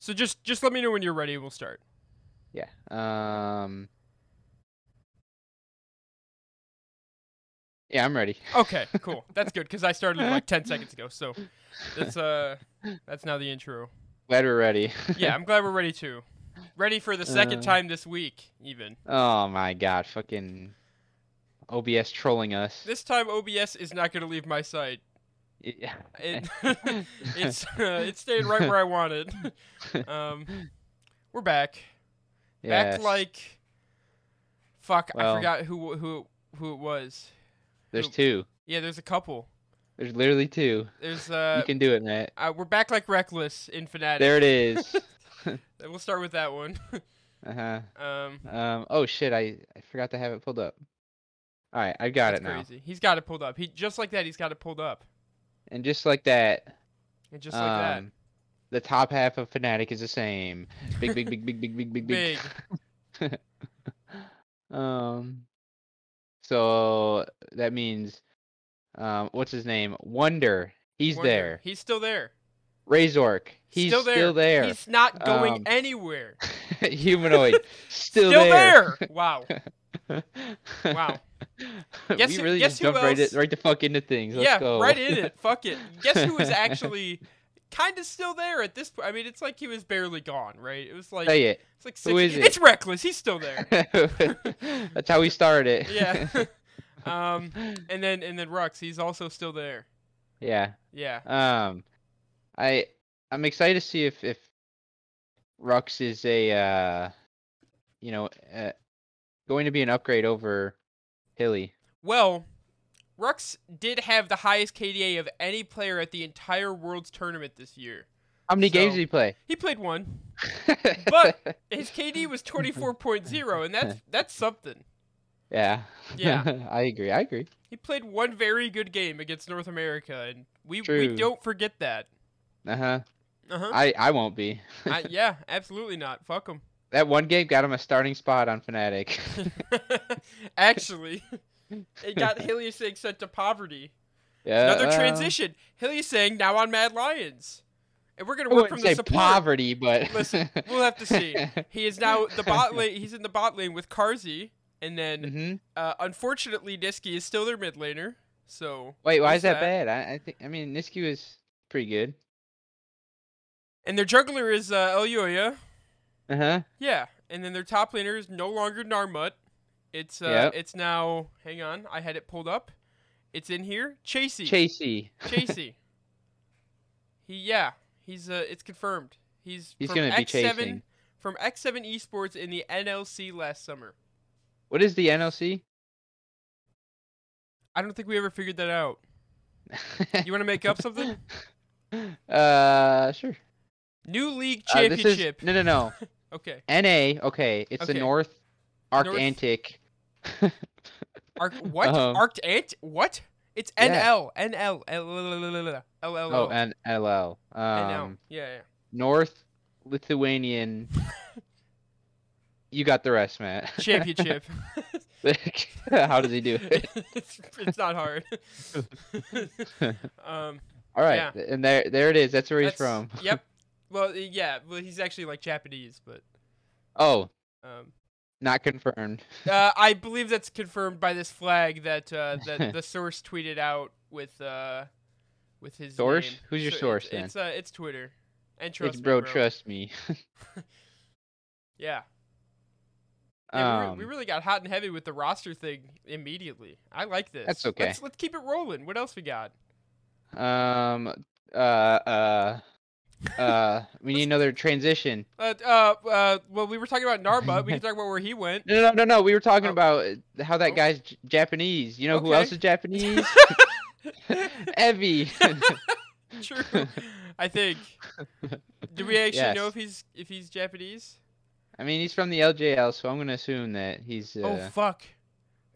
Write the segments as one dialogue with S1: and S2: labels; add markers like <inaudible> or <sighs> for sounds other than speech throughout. S1: So just just let me know when you're ready. We'll start.
S2: Yeah. Um. Yeah, I'm ready. <laughs>
S1: Okay, cool. That's good because I started like ten seconds ago. So that's uh that's now the intro.
S2: Glad we're ready.
S1: Yeah, I'm glad we're ready too. Ready for the second
S2: Uh.
S1: time this week, even.
S2: Oh my god, fucking OBS trolling us.
S1: This time OBS is not gonna leave my site.
S2: <laughs> Yeah.
S1: It, <laughs> it's uh, it stayed right where I wanted. Um, we're back.
S2: Yes,
S1: Back like. Fuck! I
S2: Well-
S1: forgot who who who it was.
S2: There's two.
S1: Yeah, there's a couple.
S2: There's literally two.
S1: There's uh,
S2: you can do it, Matt.
S1: uh we're back like reckless in Fnatic.
S2: There
S1: <laughs>
S2: it is.
S1: We'll start with that one.
S2: uh huh.
S1: Um,
S2: Um. Oh shit, I I forgot to have it pulled up. All right, I've got
S1: that's
S2: it now.
S1: crazy. He's got it pulled up. He just like that. He's got it pulled up.
S2: And just like that,
S1: And just like that.
S2: um, the top half of Fnatic is the same. Big, big, big, big, big, big, big,
S1: Big.
S2: big. <laughs> Um, so that means, um, what's his name? Wonder. He's
S1: Wonder.
S2: there.
S1: He's still there.
S2: Razork. He's
S1: still there. He's not going
S2: Um,
S1: anywhere. <laughs>
S2: Humanoid. <laughs> Still, <laughs>
S1: there. Wow. Wow. Guess
S2: we
S1: who-
S2: really
S1: guess
S2: just
S1: who
S2: jumped right,
S1: else-
S2: in- right the fuck into things. <laughs> Let's
S1: yeah,
S2: go.
S1: right in it. Fuck
S2: <laughs>
S1: it. Guess who is actually kind of still there at this point? I mean, it's like he was barely gone, right? It was like
S2: Say
S1: <laughs>
S2: it. <laughs>
S1: it's like six.
S2: Who is it?
S1: It's reckless. He's still
S2: <laughs>
S1: there.
S2: That's how we started. <laughs>
S1: yeah. <laughs> um, and then and then Rux, he's also still there.
S2: yeah.
S1: Yeah.
S2: Um, I I'm excited to see if if Rux is a uh, you know, uh, going to be an upgrade over Hilly.
S1: Well, Rux did have the highest KDA of any player at the entire Worlds tournament this year.
S2: How many games
S1: So-
S2: did he play?
S1: He played one. But- His KD was 24.0, and that's that's something.
S2: <laughs> yeah,
S1: Yeah.
S2: <laughs> I agree. I agree.
S1: He played one very good game against North America, and we we
S2: True.
S1: don't forget that.
S2: Uh huh.
S1: Uh
S2: <laughs>
S1: huh.
S2: I I won't be.
S1: I, yeah, absolutely not. Fuck him. <laughs>
S2: that one game got him a starting spot on Fnatic. <laughs>
S1: Actually, it
S2: <laughs>
S1: got Heliosang sent to poverty.
S2: yeah.
S1: Another
S2: well,
S1: transition. Heliosang now on Mad Lions, and we're gonna
S2: I
S1: work from
S2: wouldn't say
S1: the support.
S2: poverty, but
S1: Listen, We'll have to
S2: <laughs>
S1: see. He is now the bot lane. He's in the bot lane with Karzi, and then
S2: hmm
S1: uh, unfortunately Niski is still their mid laner. So
S2: Wait, why
S1: Who's
S2: is that,
S1: that?
S2: bad? I, I think I mean Nisku is pretty good.
S1: and their juggler is uh, El Yoya.
S2: Uh huh.
S1: Yeah, and then their top laner is no longer Narmut. It's uh,
S2: Yep.
S1: it's now. Hang on, I had it pulled up. It's in here. Chasey.
S2: <laughs> Chasey.
S1: Chasey. He yeah, he's uh, it's confirmed. He's
S2: He's
S1: from
S2: gonna be
S1: X7
S2: chasing.
S1: from X7 Esports in the NLC last summer.
S2: What is the NLC?
S1: I don't think we ever figured that out. You want to make up something?
S2: <laughs> uh, sure.
S1: New league
S2: Uh, this is-
S1: championship.
S2: no,
S1: <laughs>
S2: no, no.
S1: Okay.
S2: NA. Okay, it's
S1: Okay.
S2: the North Arctic. <laughs>
S1: North- Arc what?
S2: Um,
S1: Arced ant? What? It's
S2: Yeah.
S1: NL. NL. LLLLL.
S2: Oh,
S1: LLL.
S2: and LL. Um,
S1: NL. Yeah, yeah.
S2: North Lithuanian. you got the rest, Matt. <laughs>
S1: Championship.
S2: How does he do
S1: <laughs>
S2: it?
S1: it's, it's not hard. um,
S2: All right,
S1: Yeah.
S2: th- and there, there it is. That's where
S1: that's,
S2: he's from.
S1: yep. Well, yeah. Well, he's actually like Japanese, but
S2: Oh,
S1: um,
S2: not confirmed.
S1: uh, I believe that's confirmed by this flag that uh, that the source tweeted out with uh, with his
S2: Source?
S1: name.
S2: Who's your
S1: So
S2: source,
S1: It's
S2: then?
S1: it's, uh, it's Twitter. And trust
S2: it's
S1: me,
S2: bro,
S1: bro.
S2: trust me.
S1: Yeah. Yeah, we, re-
S2: Um,
S1: we really got hot and heavy with the roster thing immediately. I like this.
S2: That's okay.
S1: Let's, let's keep it rolling. What else we got?
S2: um, uh, uh, <laughs> uh, we need
S1: Let's-
S2: another transition.
S1: Uh, uh, uh, well, we were talking about Narba. we can talk about where he
S2: <laughs>
S1: went.
S2: No, no, no, no. We were talking
S1: Oh.
S2: about uh, how that
S1: Oh.
S2: guy's J- Japanese. You know who else <laughs>
S1: Okay.
S2: is Japanese? Evie. <laughs>
S1: True. I think. Do we actually know
S2: Yes.
S1: if he's if he's Japanese?
S2: I mean, he's from the LJL, so I'm gonna assume that he's. Uh...
S1: Oh fuck.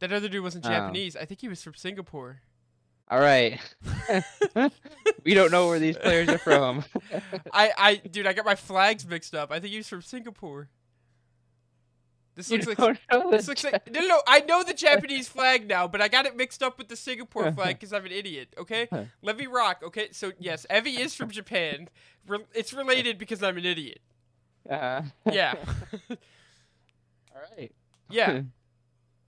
S1: That other dude wasn't
S2: Oh.
S1: Japanese. I think he was from Singapore.
S2: All right. <laughs> we don't know where these
S1: <laughs>
S2: players are <laughs> from.
S1: I, I, dude, I got my flags mixed up. I think he was from Singapore. This
S2: You
S1: looks like
S2: don't know
S1: This
S2: the
S1: looks
S2: Ja-
S1: like no, no, no. I know the Japanese flag now, but I got it mixed up with the Singapore flag because I'm an idiot. Okay, let me rock. Okay, so yes, Evie is from Japan. Re- it's related because I'm an idiot.
S2: Uh,
S1: <laughs>
S2: <laughs>
S1: Yeah.
S2: all right.
S1: yeah.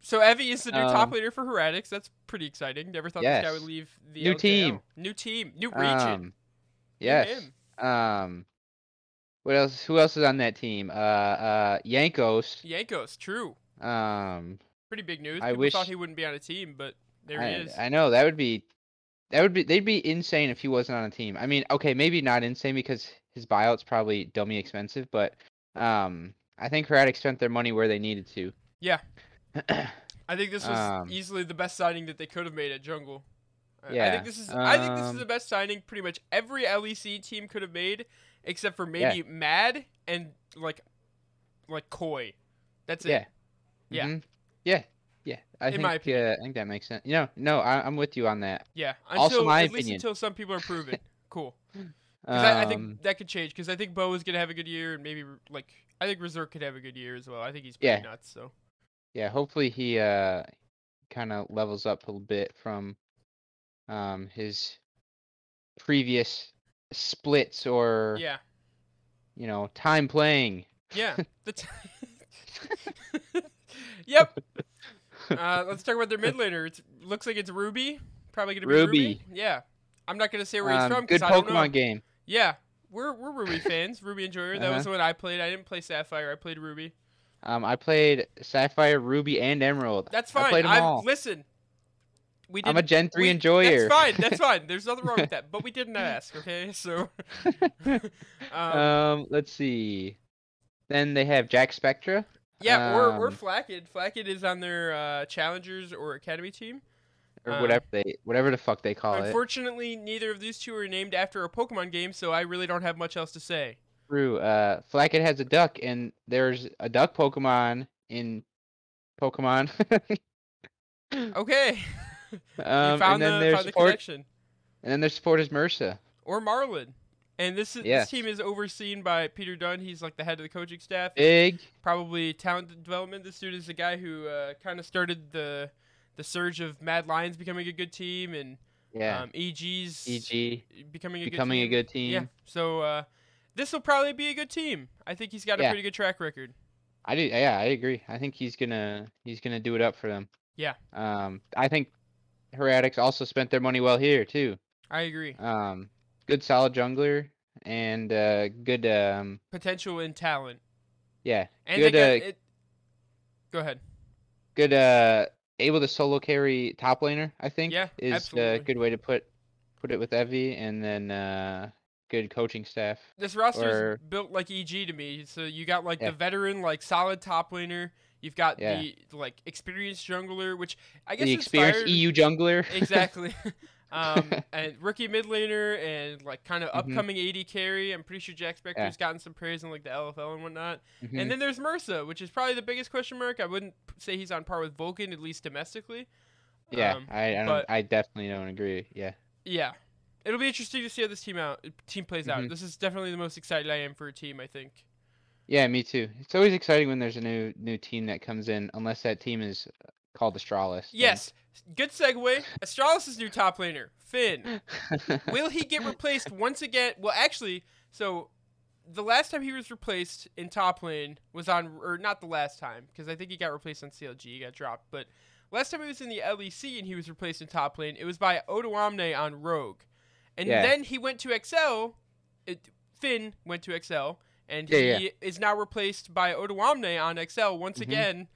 S1: So Evie is the new top
S2: Um,
S1: leader for Heretics. That's pretty exciting. Never thought this guy
S2: yes.
S1: would leave the
S2: New
S1: LKL.
S2: team.
S1: New team. New region.
S2: Um,
S1: New
S2: yes.
S1: him.
S2: Um, what else? Who else is on that team? Uh, uh, Yankos.
S1: Yankos, true.
S2: Um,
S1: Pretty big news.
S2: I
S1: People
S2: wish-
S1: thought he wouldn't be on a team, but there
S2: I,
S1: he is.
S2: I know that would be, that would be they'd be insane if he wasn't on a team. I mean, okay, maybe not insane because his buyout's probably dummy expensive, but um, I think Heretics spent their money where they needed to.
S1: Yeah. I think this was
S2: Um,
S1: easily the best signing that they could have made at Jungle. I- I
S2: Yeah,
S1: think this is I think this is
S2: um,
S1: the best signing pretty much every LEC team could have made, except for maybe Mad and like like Koi. That's it.
S2: yeah.
S1: Yeah.
S2: Mhm. Yeah. Yeah. I
S1: In
S2: think
S1: my
S2: uh, I think that makes sense. You know, no, I, I'm with you on that.
S1: Yeah. Until,
S2: Also my
S1: at least
S2: opinion.
S1: until some people are proven.
S2: <laughs>
S1: cool.
S2: Um,
S1: 'Cause I, I think that could change because I think Bo is gonna have a good year and maybe like I think Resort could have a good year as well. I think he's pretty
S2: Yeah.
S1: nuts. So
S2: yeah, hopefully he uh kind of levels up a little bit from um his previous splits or
S1: yeah,
S2: you know time playing.
S1: yeah. The t- <laughs> yep. Uh, let's talk about their mid laner. It looks like it's Ruby. Probably gonna be Ruby.
S2: Ruby.
S1: Yeah. I'm not gonna say where he's
S2: Um,
S1: from
S2: good
S1: because I don't know.
S2: Pokemon game.
S1: Yeah, we're we're Ruby fans. Ruby Enjoyer. That was
S2: Uh-huh.
S1: the one I played. I didn't play Sapphire. I played Ruby.
S2: Um, I played Sapphire, Ruby, and Emerald.
S1: That's
S2: I
S1: fine.
S2: played 'em
S1: I'm-
S2: all.
S1: listen. We
S2: I'm a
S1: didn't
S2: Gen three
S1: We-
S2: enjoyer.
S1: That's fine.
S2: <laughs>
S1: That's fine. There's nothing wrong with that. But we didn't ask, okay? <laughs> So,
S2: <laughs>
S1: um,
S2: um, let's see. Then they have Jack Spectra.
S1: yeah, or or
S2: um,
S1: Flackid. Flackid is on their uh, challengers or academy team.
S2: or
S1: Uh,
S2: whatever they whatever the fuck they call it.
S1: Unfortunately, neither of these two are named after a Pokemon game, so I really don't have much else to say.
S2: True. Uh, Flackett has a duck, and there's a duck Pokemon in Pokemon. <laughs>
S1: Okay, <laughs> we
S2: um, and
S1: found
S2: then
S1: the
S2: their
S1: found the
S2: support,
S1: connection.
S2: and then their support is Mursa.
S1: Or Marlin. And this is,
S2: Yes.
S1: this team is overseen by Peter Dunn. He's like the head of the coaching staff.
S2: Big.
S1: probably talent development. This dude is the guy who uh, kind of started the the surge of Mad Lions becoming a good team and
S2: Yeah.
S1: um, EG's
S2: EG
S1: becoming a
S2: becoming a
S1: good
S2: good team.
S1: team. Yeah, so uh, this will probably be a good team. I think he's got a
S2: Yeah.
S1: pretty good track record.
S2: I do. Yeah, I agree. I think he's gonna he's gonna do it up for them.
S1: Yeah.
S2: Um, I think Heretics also spent their money well here too.
S1: I agree.
S2: Um, good solid jungler and uh, good um,
S1: Potential and talent.
S2: yeah,
S1: And
S2: Good,
S1: they got
S2: uh,
S1: it. Go ahead.
S2: good uh able to solo carry top laner i think
S1: Yeah,
S2: is a
S1: absolutely.
S2: good way to put put it with evie and then uh good coaching staff
S1: This roster
S2: or-
S1: is built like EG to me. So you got like
S2: Yeah.
S1: the veteran, like solid top laner. You've got
S2: Yeah.
S1: the like experienced jungler, which I guess
S2: the experienced E
S1: inspired-
S2: eu <laughs> jungler <laughs>
S1: exactly. um, and rookie mid laner and like kind of
S2: Mhm.
S1: upcoming AD carry. I'm pretty sure Jack Specter's
S2: Yeah.
S1: gotten some praise in like the LFL and whatnot.
S2: Mhm.
S1: And then there's Mursa, which is probably the biggest question mark. I wouldn't p- say he's on par with Vulcan at least domestically.
S2: yeah
S1: um,
S2: i I, don't,
S1: but-
S2: I definitely don't agree yeah
S1: Yeah, it'll be interesting to see how this team out team plays out.
S2: Mhm.
S1: This is definitely the most excited I am for a team. I think.
S2: yeah me too it's always exciting when there's a new new team that comes in unless that team is uh, called astralis then- <laughs>
S1: Yes, good segue. Astralis' new top laner, Finn. will he
S2: <laughs>
S1: get replaced once again? Well, actually, so the last time he was replaced in top lane was on, or not the last time, because I think he got replaced on CLG. He got dropped, but last time he was in the LEC and he was replaced in top lane, it was by Odawamne on Rogue, and
S2: Yeah.
S1: then he went to XL. It, Finn went to XL, and
S2: Yeah, yeah.
S1: he is now replaced by Odawamne on XL once
S2: Mhm. <laughs>
S1: again.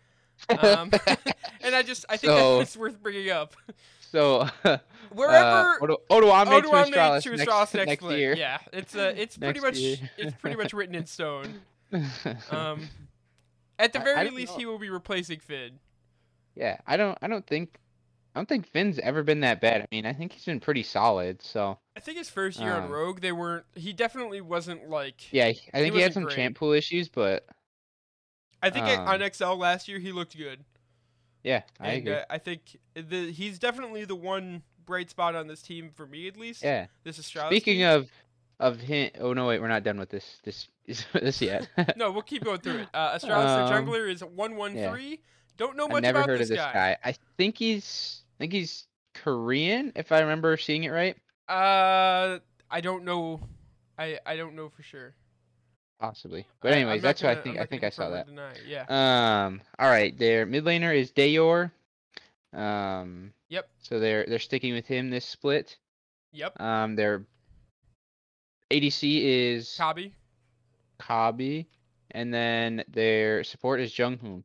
S1: Um, <laughs> and I just I think <laughs>
S2: So-
S1: that's worth bringing up.
S2: so <laughs> uh,
S1: Wherever
S2: Odo- Odoamne to
S1: Odoamne
S2: astralis,
S1: to
S2: next, <laughs>
S1: Astralis
S2: next,
S1: leg.
S2: year
S1: Yeah, it's uh, it's pretty much
S2: Next year.
S1: it's pretty much written in
S2: <laughs>
S1: stone. Um, at the
S2: I- I
S1: very
S2: don't
S1: least,
S2: know.
S1: he will be replacing Finn.
S2: Yeah, I don't I don't think I don't think Finn's ever been that bad. I mean, I think he's been pretty solid. So
S1: I think his first year on
S2: Um,
S1: Rogue, they weren't. He definitely wasn't like.
S2: yeah, he- I
S1: He
S2: think he, had
S1: wasn't
S2: some
S1: great.
S2: champ pool issues, but
S1: I think at-
S2: um,
S1: on XL last year he looked good,
S2: yeah, I
S1: and
S2: agree.
S1: uh, I think the he's definitely the one bright spot on this team for me at least.
S2: yeah.
S1: This Astralis.
S2: Speaking
S1: team.
S2: of of him, oh no, wait, we're not done with this this <laughs> this yet.
S1: no, we'll keep going through it. Uh, Astralis, their
S2: Um,
S1: jungler is one one three. Don't know
S2: I
S1: much
S2: never
S1: about
S2: heard
S1: this,
S2: of this
S1: guy.
S2: guy. I think he's I think he's Korean, if I remember seeing it right.
S1: Uh, I don't know. I I don't know for sure.
S2: possibly.
S1: I-
S2: But
S1: I'm
S2: anyways,
S1: not
S2: that's
S1: gonna,
S2: what I think.
S1: I'm
S2: I
S1: not
S2: think
S1: gonna
S2: I saw
S1: confirm or
S2: that.
S1: Deny. it, Yeah.
S2: Um. All right. Their mid laner is Dayor. Um.
S1: Yep.
S2: So they're they're sticking with him this split.
S1: Yep.
S2: Um. Their ADC is
S1: Kabi.
S2: Kabi, and then their support is Junghoon.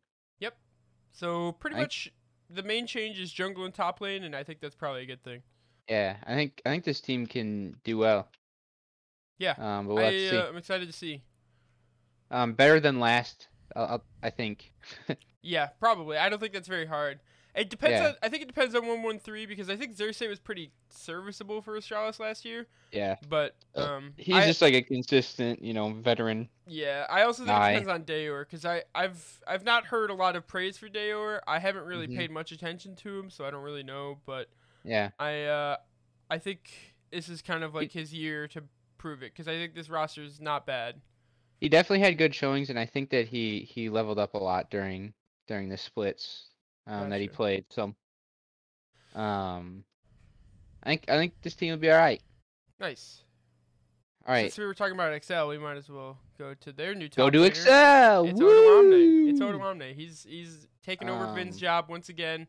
S1: So pretty
S2: I-
S1: much the main change is jungle and top lane, and I think that's probably a good thing.
S2: Yeah, I think I think this team can do well.
S1: Yeah,
S2: Um. But we'll have to
S1: I,
S2: see.
S1: uh, I'm excited to see.
S2: Um. Better than last. I'll, I'll, I think.
S1: Yeah, probably. I don't think that's very hard. It depends
S2: Yeah.
S1: on. I think it depends on one one three because I think Xersei was pretty serviceable for Astralis last year,
S2: Yeah.
S1: but
S2: Uh,
S1: um,
S2: He's
S1: I-
S2: just like a consistent, you know, veteran.
S1: Yeah, I also think
S2: Aye.
S1: it depends on Dayor because I I've I've not heard a lot of praise for Dayor. I haven't really
S2: Mhm.
S1: paid much attention to him, so I don't really know. But
S2: Yeah.
S1: I uh I think this is kind of like his year to prove it because I think this roster is not bad.
S2: He definitely had good showings, and I think that he he leveled up a lot during during the splits um, that he
S1: Gotcha.
S2: played. So, um, I think I think this team will be all right.
S1: Nice.
S2: All right,
S1: Since we were talking about Excel, we might as well go to their new.
S2: go
S1: top
S2: do
S1: laner.
S2: Excel.
S1: It's Odom Omne. It's
S2: Woo!
S1: Odom Omne. He's he's taking over Finn's
S2: Um,
S1: job once again.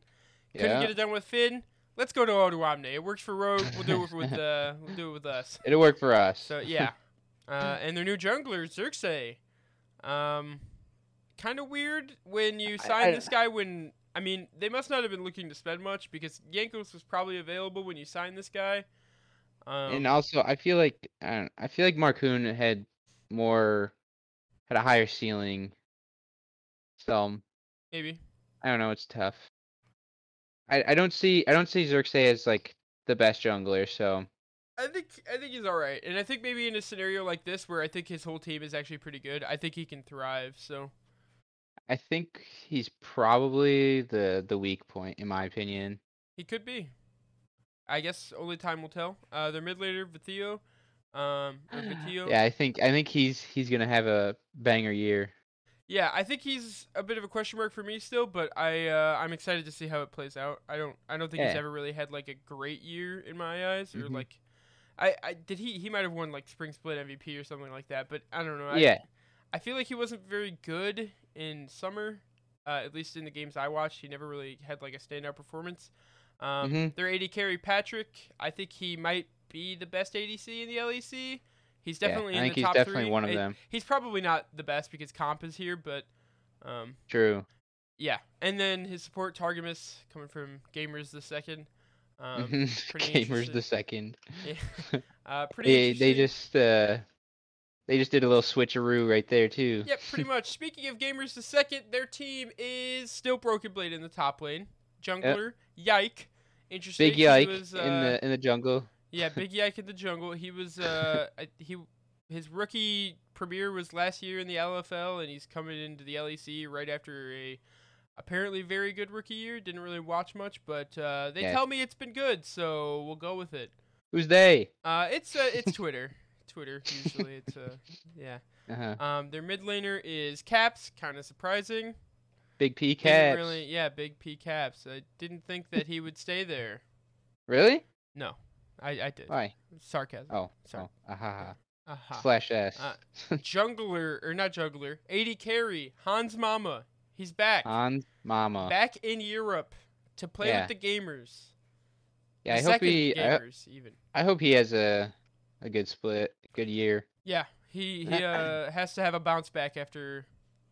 S1: Couldn't
S2: Yeah,
S1: get it done with Finn. Let's go to Odom Omne. It works for Rogue. We'll do it with <laughs> uh, we'll do it with us.
S2: it'll work for us. <laughs>
S1: So yeah, uh, and their new jungler Xerxes. Um, kind of weird when you
S2: I-
S1: signed
S2: I-
S1: this guy. When I mean, they must not have been looking to spend much because Yankos was probably available when you signed this guy. Um,
S2: and also, I feel like I don't. I feel like Marcoon had more had a higher ceiling. So
S1: maybe
S2: I don't know. It's tough. I I don't see I don't see Xerxes as like the best jungler. So
S1: I think I think he's all right, and I think maybe in a scenario like this where I think his whole team is actually pretty good, I think he can thrive. So
S2: I think he's probably the the weak point in my opinion.
S1: he could be. I guess only time will tell. Uh, their mid laner Vithio, um,
S2: <sighs>
S1: or Vitillo.
S2: Yeah, I think I think he's he's gonna have a banger year.
S1: Yeah, I think he's a bit of a question mark for me still, but I uh, I'm excited to see how it plays out. I don't I don't think he's
S2: Yeah.
S1: ever really had like a great year in my eyes or
S2: Mhm.
S1: like I, I did he he might have won like spring split MVP or something like that, but I don't know. I,
S2: Yeah.
S1: I feel like he wasn't very good in summer. Uh, at least in the games I watched, he never really had like a standout performance. Um,
S2: Mhm.
S1: Their AD carry Patrick, I think he might be the best ADC in the LEC. He's definitely
S2: yeah, I
S1: in
S2: think
S1: the
S2: he's
S1: top
S2: definitely
S1: three.
S2: one of
S1: I-
S2: them.
S1: he's probably not the best because comp is here, but um,
S2: True. <laughs>
S1: yeah. And then his support Targamas coming from Gamers the second. Um,
S2: Mhm.
S1: pretty
S2: Gamers the
S1: interested-
S2: second.
S1: <laughs> yeah.
S2: <laughs>
S1: uh, pretty.
S2: They they
S1: interesting.
S2: just uh they just did a little switcheroo right there too.
S1: Yep, pretty
S2: <laughs>
S1: much. Speaking of Gamers the second, their team is still Broken Blade in the top lane. Jungler Yike. Interesting.
S2: Big
S1: he
S2: yike
S1: was,
S2: in
S1: uh,
S2: the in the jungle.
S1: Yeah, Big Yike in the jungle. He was uh I- he his rookie premiere was last year in the LFL and he's coming into the LEC right after a apparently very good rookie year. Didn't really watch much, but uh, they
S2: Yeah.
S1: tell me it's been good, so we'll go with it.
S2: Who's they?
S1: Uh it's uh, it's Twitter. Twitter usually it's uh yeah.
S2: Uh-huh.
S1: Um their mid laner is Caps, kind of surprising.
S2: Big P
S1: Didn't
S2: Cats.
S1: Really, yeah, big P Caps. I didn't think that he would stay there.
S2: Really?
S1: No. I, I did.
S2: Why?
S1: Sarcasm.
S2: Oh.
S1: Sorry.
S2: Oh. Aha.
S1: Aha.
S2: ha. Slash S.
S1: Uh,
S2: <laughs>
S1: jungler or not jungler, 80 carry, Hans Mama. He's back.
S2: On Mama.
S1: back in Europe to play
S2: Ah. Yeah.
S1: with the gamers.
S2: yeah,
S1: The
S2: I hope
S1: second
S2: he I,
S1: gamers even.
S2: I hope he has a a good split, good year.
S1: Yeah, he he uh, has to have a bounce back after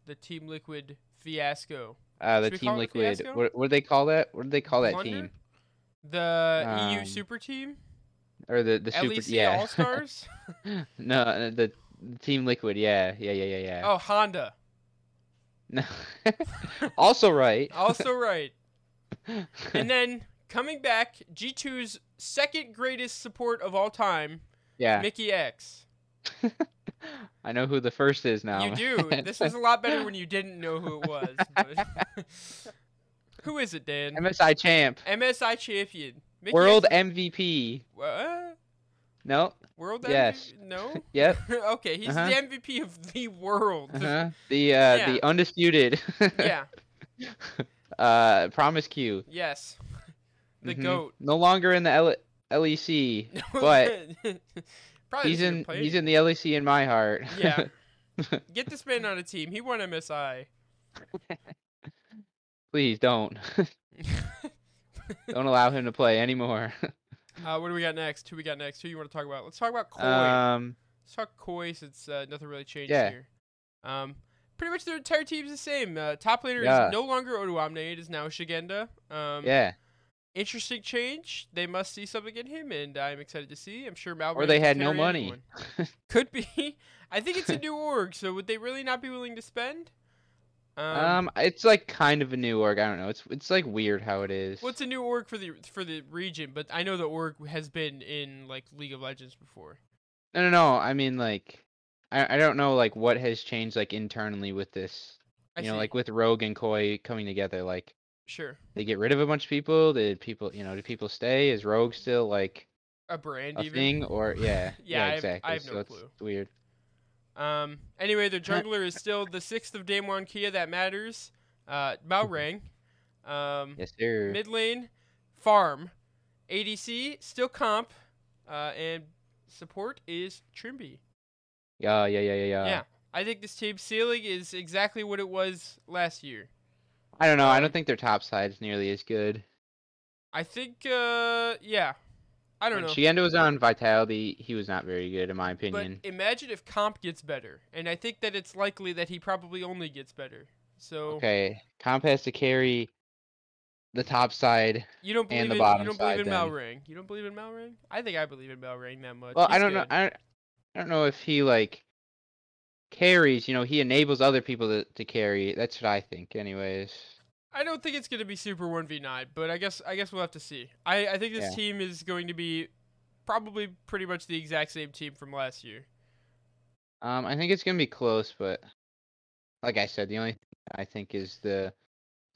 S1: the Team Liquid fiasco.
S2: Uh, the
S1: Should we
S2: Team
S1: call it a
S2: Liquid.
S1: fiasco?
S2: What, what do they call that? What do they call that
S1: Plunder?
S2: team?
S1: The EU
S2: Um,
S1: Super Team, E
S2: Or the the super?
S1: LEC
S2: yeah.
S1: All Stars.
S2: <laughs> no, uh, the, the Team Liquid. Yeah, yeah, yeah, yeah, yeah.
S1: oh, Honda.
S2: No. <laughs> also right. <laughs>
S1: Also right. Oh. and then coming back, G2's second greatest support of all time,
S2: yeah.
S1: Mickey X.
S2: I know who the first is now.
S1: You
S2: <laughs>
S1: do. This is a lot better when you didn't know who it was. but- <laughs> who is it, Dan?
S2: MSI champ,
S1: MSI champion. Mickey
S2: world
S1: X-
S2: MVP.
S1: What?
S2: No.
S1: World
S2: Yes.
S1: MVP?
S2: <laughs>
S1: No? <laughs>
S2: Yep.
S1: okay, he's
S2: Uh-huh.
S1: the MVP of the world.
S2: Uh-huh. <laughs> The uh,
S1: Yeah.
S2: the undisputed. <laughs>
S1: Yeah,
S2: Uh, promise Q.
S1: yes. The
S2: Mhm.
S1: goat. <laughs>
S2: No longer in the L- LEC. But
S1: Probably
S2: he's
S1: doesn't even
S2: in
S1: play
S2: he's in the LEC in my heart.
S1: anymore. <laughs> Yeah. Get this man on a team. He won MSI.
S2: <laughs>
S1: <laughs>
S2: Please don't. don't allow him to play anymore.
S1: uh, what do we got next? Who we got next? Who you want to talk about? Let's talk about Koi.
S2: <laughs> um,
S1: Let's talk Koi since uh, nothing really changed
S2: Yeah.
S1: here. Um, pretty much their entire team's the same. Uh, top laner
S2: Yeah.
S1: is no longer Oduamne. It is now Shigenda. Um,
S2: yeah.
S1: Interesting change. They must see something in him, and I'm excited to see. I'm sure Malcolm.
S2: Or they had no money. <laughs>
S1: Could be. I think it's a new org, so would they really not be willing to spend? Um,
S2: Um, it's like kind of a new org. I don't know. It's it's like weird how it is.
S1: well, it's a new org for the for the region, but I know the org has been in like League of Legends before.
S2: No, no, no. I mean, like, I, I don't know, like, what has changed, like, internally with this.
S1: I
S2: You know,
S1: see.
S2: like with Rogue and Koi coming together, like,
S1: sure,
S2: they get rid of a bunch of people. Did people, you know, do people stay? Is Rogue still like
S1: a brand
S2: a
S1: even. <laughs>
S2: thing, or yeah,
S1: Yeah, I have- I
S2: exactly.
S1: have
S2: so
S1: no
S2: it's
S1: clue.
S2: weird.
S1: Um. Anyway, their jungler is still the sixth of Daemon Kia that matters. Uh, Malrang. Um,
S2: Yes, sir.
S1: mid lane, farm, ADC still comp, uh, and support is Trimby.
S2: yeah, yeah, yeah, yeah, yeah.
S1: yeah, I think this team ceiling is exactly what it was last year.
S2: I don't know. I
S1: Um,
S2: don't think their top side's nearly as good.
S1: I think. Uh, yeah, I don't
S2: When
S1: know.
S2: Shiendo was on Vitality, he was not very good, in my
S1: But
S2: opinion.
S1: imagine if comp gets better, and I think that it's likely that he probably only gets better. So
S2: Okay, Comp has to carry the top side.
S1: you don't believe
S2: and the
S1: in you
S2: bottom
S1: don't believe
S2: side
S1: in
S2: then.
S1: Malrang. You don't believe in Malrang? I think I believe in Malrang that much.
S2: Well, I
S1: He's
S2: don't know.
S1: good.
S2: I don't, I don't know if he like carries. You know, he enables other people to, to carry. That's what I think, anyways.
S1: I don't think it's going to be super one v nine, but I guess I guess we'll have to see. I, I think this
S2: Yeah.
S1: team is going to be probably pretty much the exact same team from last year.
S2: Um, I think it's gonna be close, but like I said, the only thing I think is the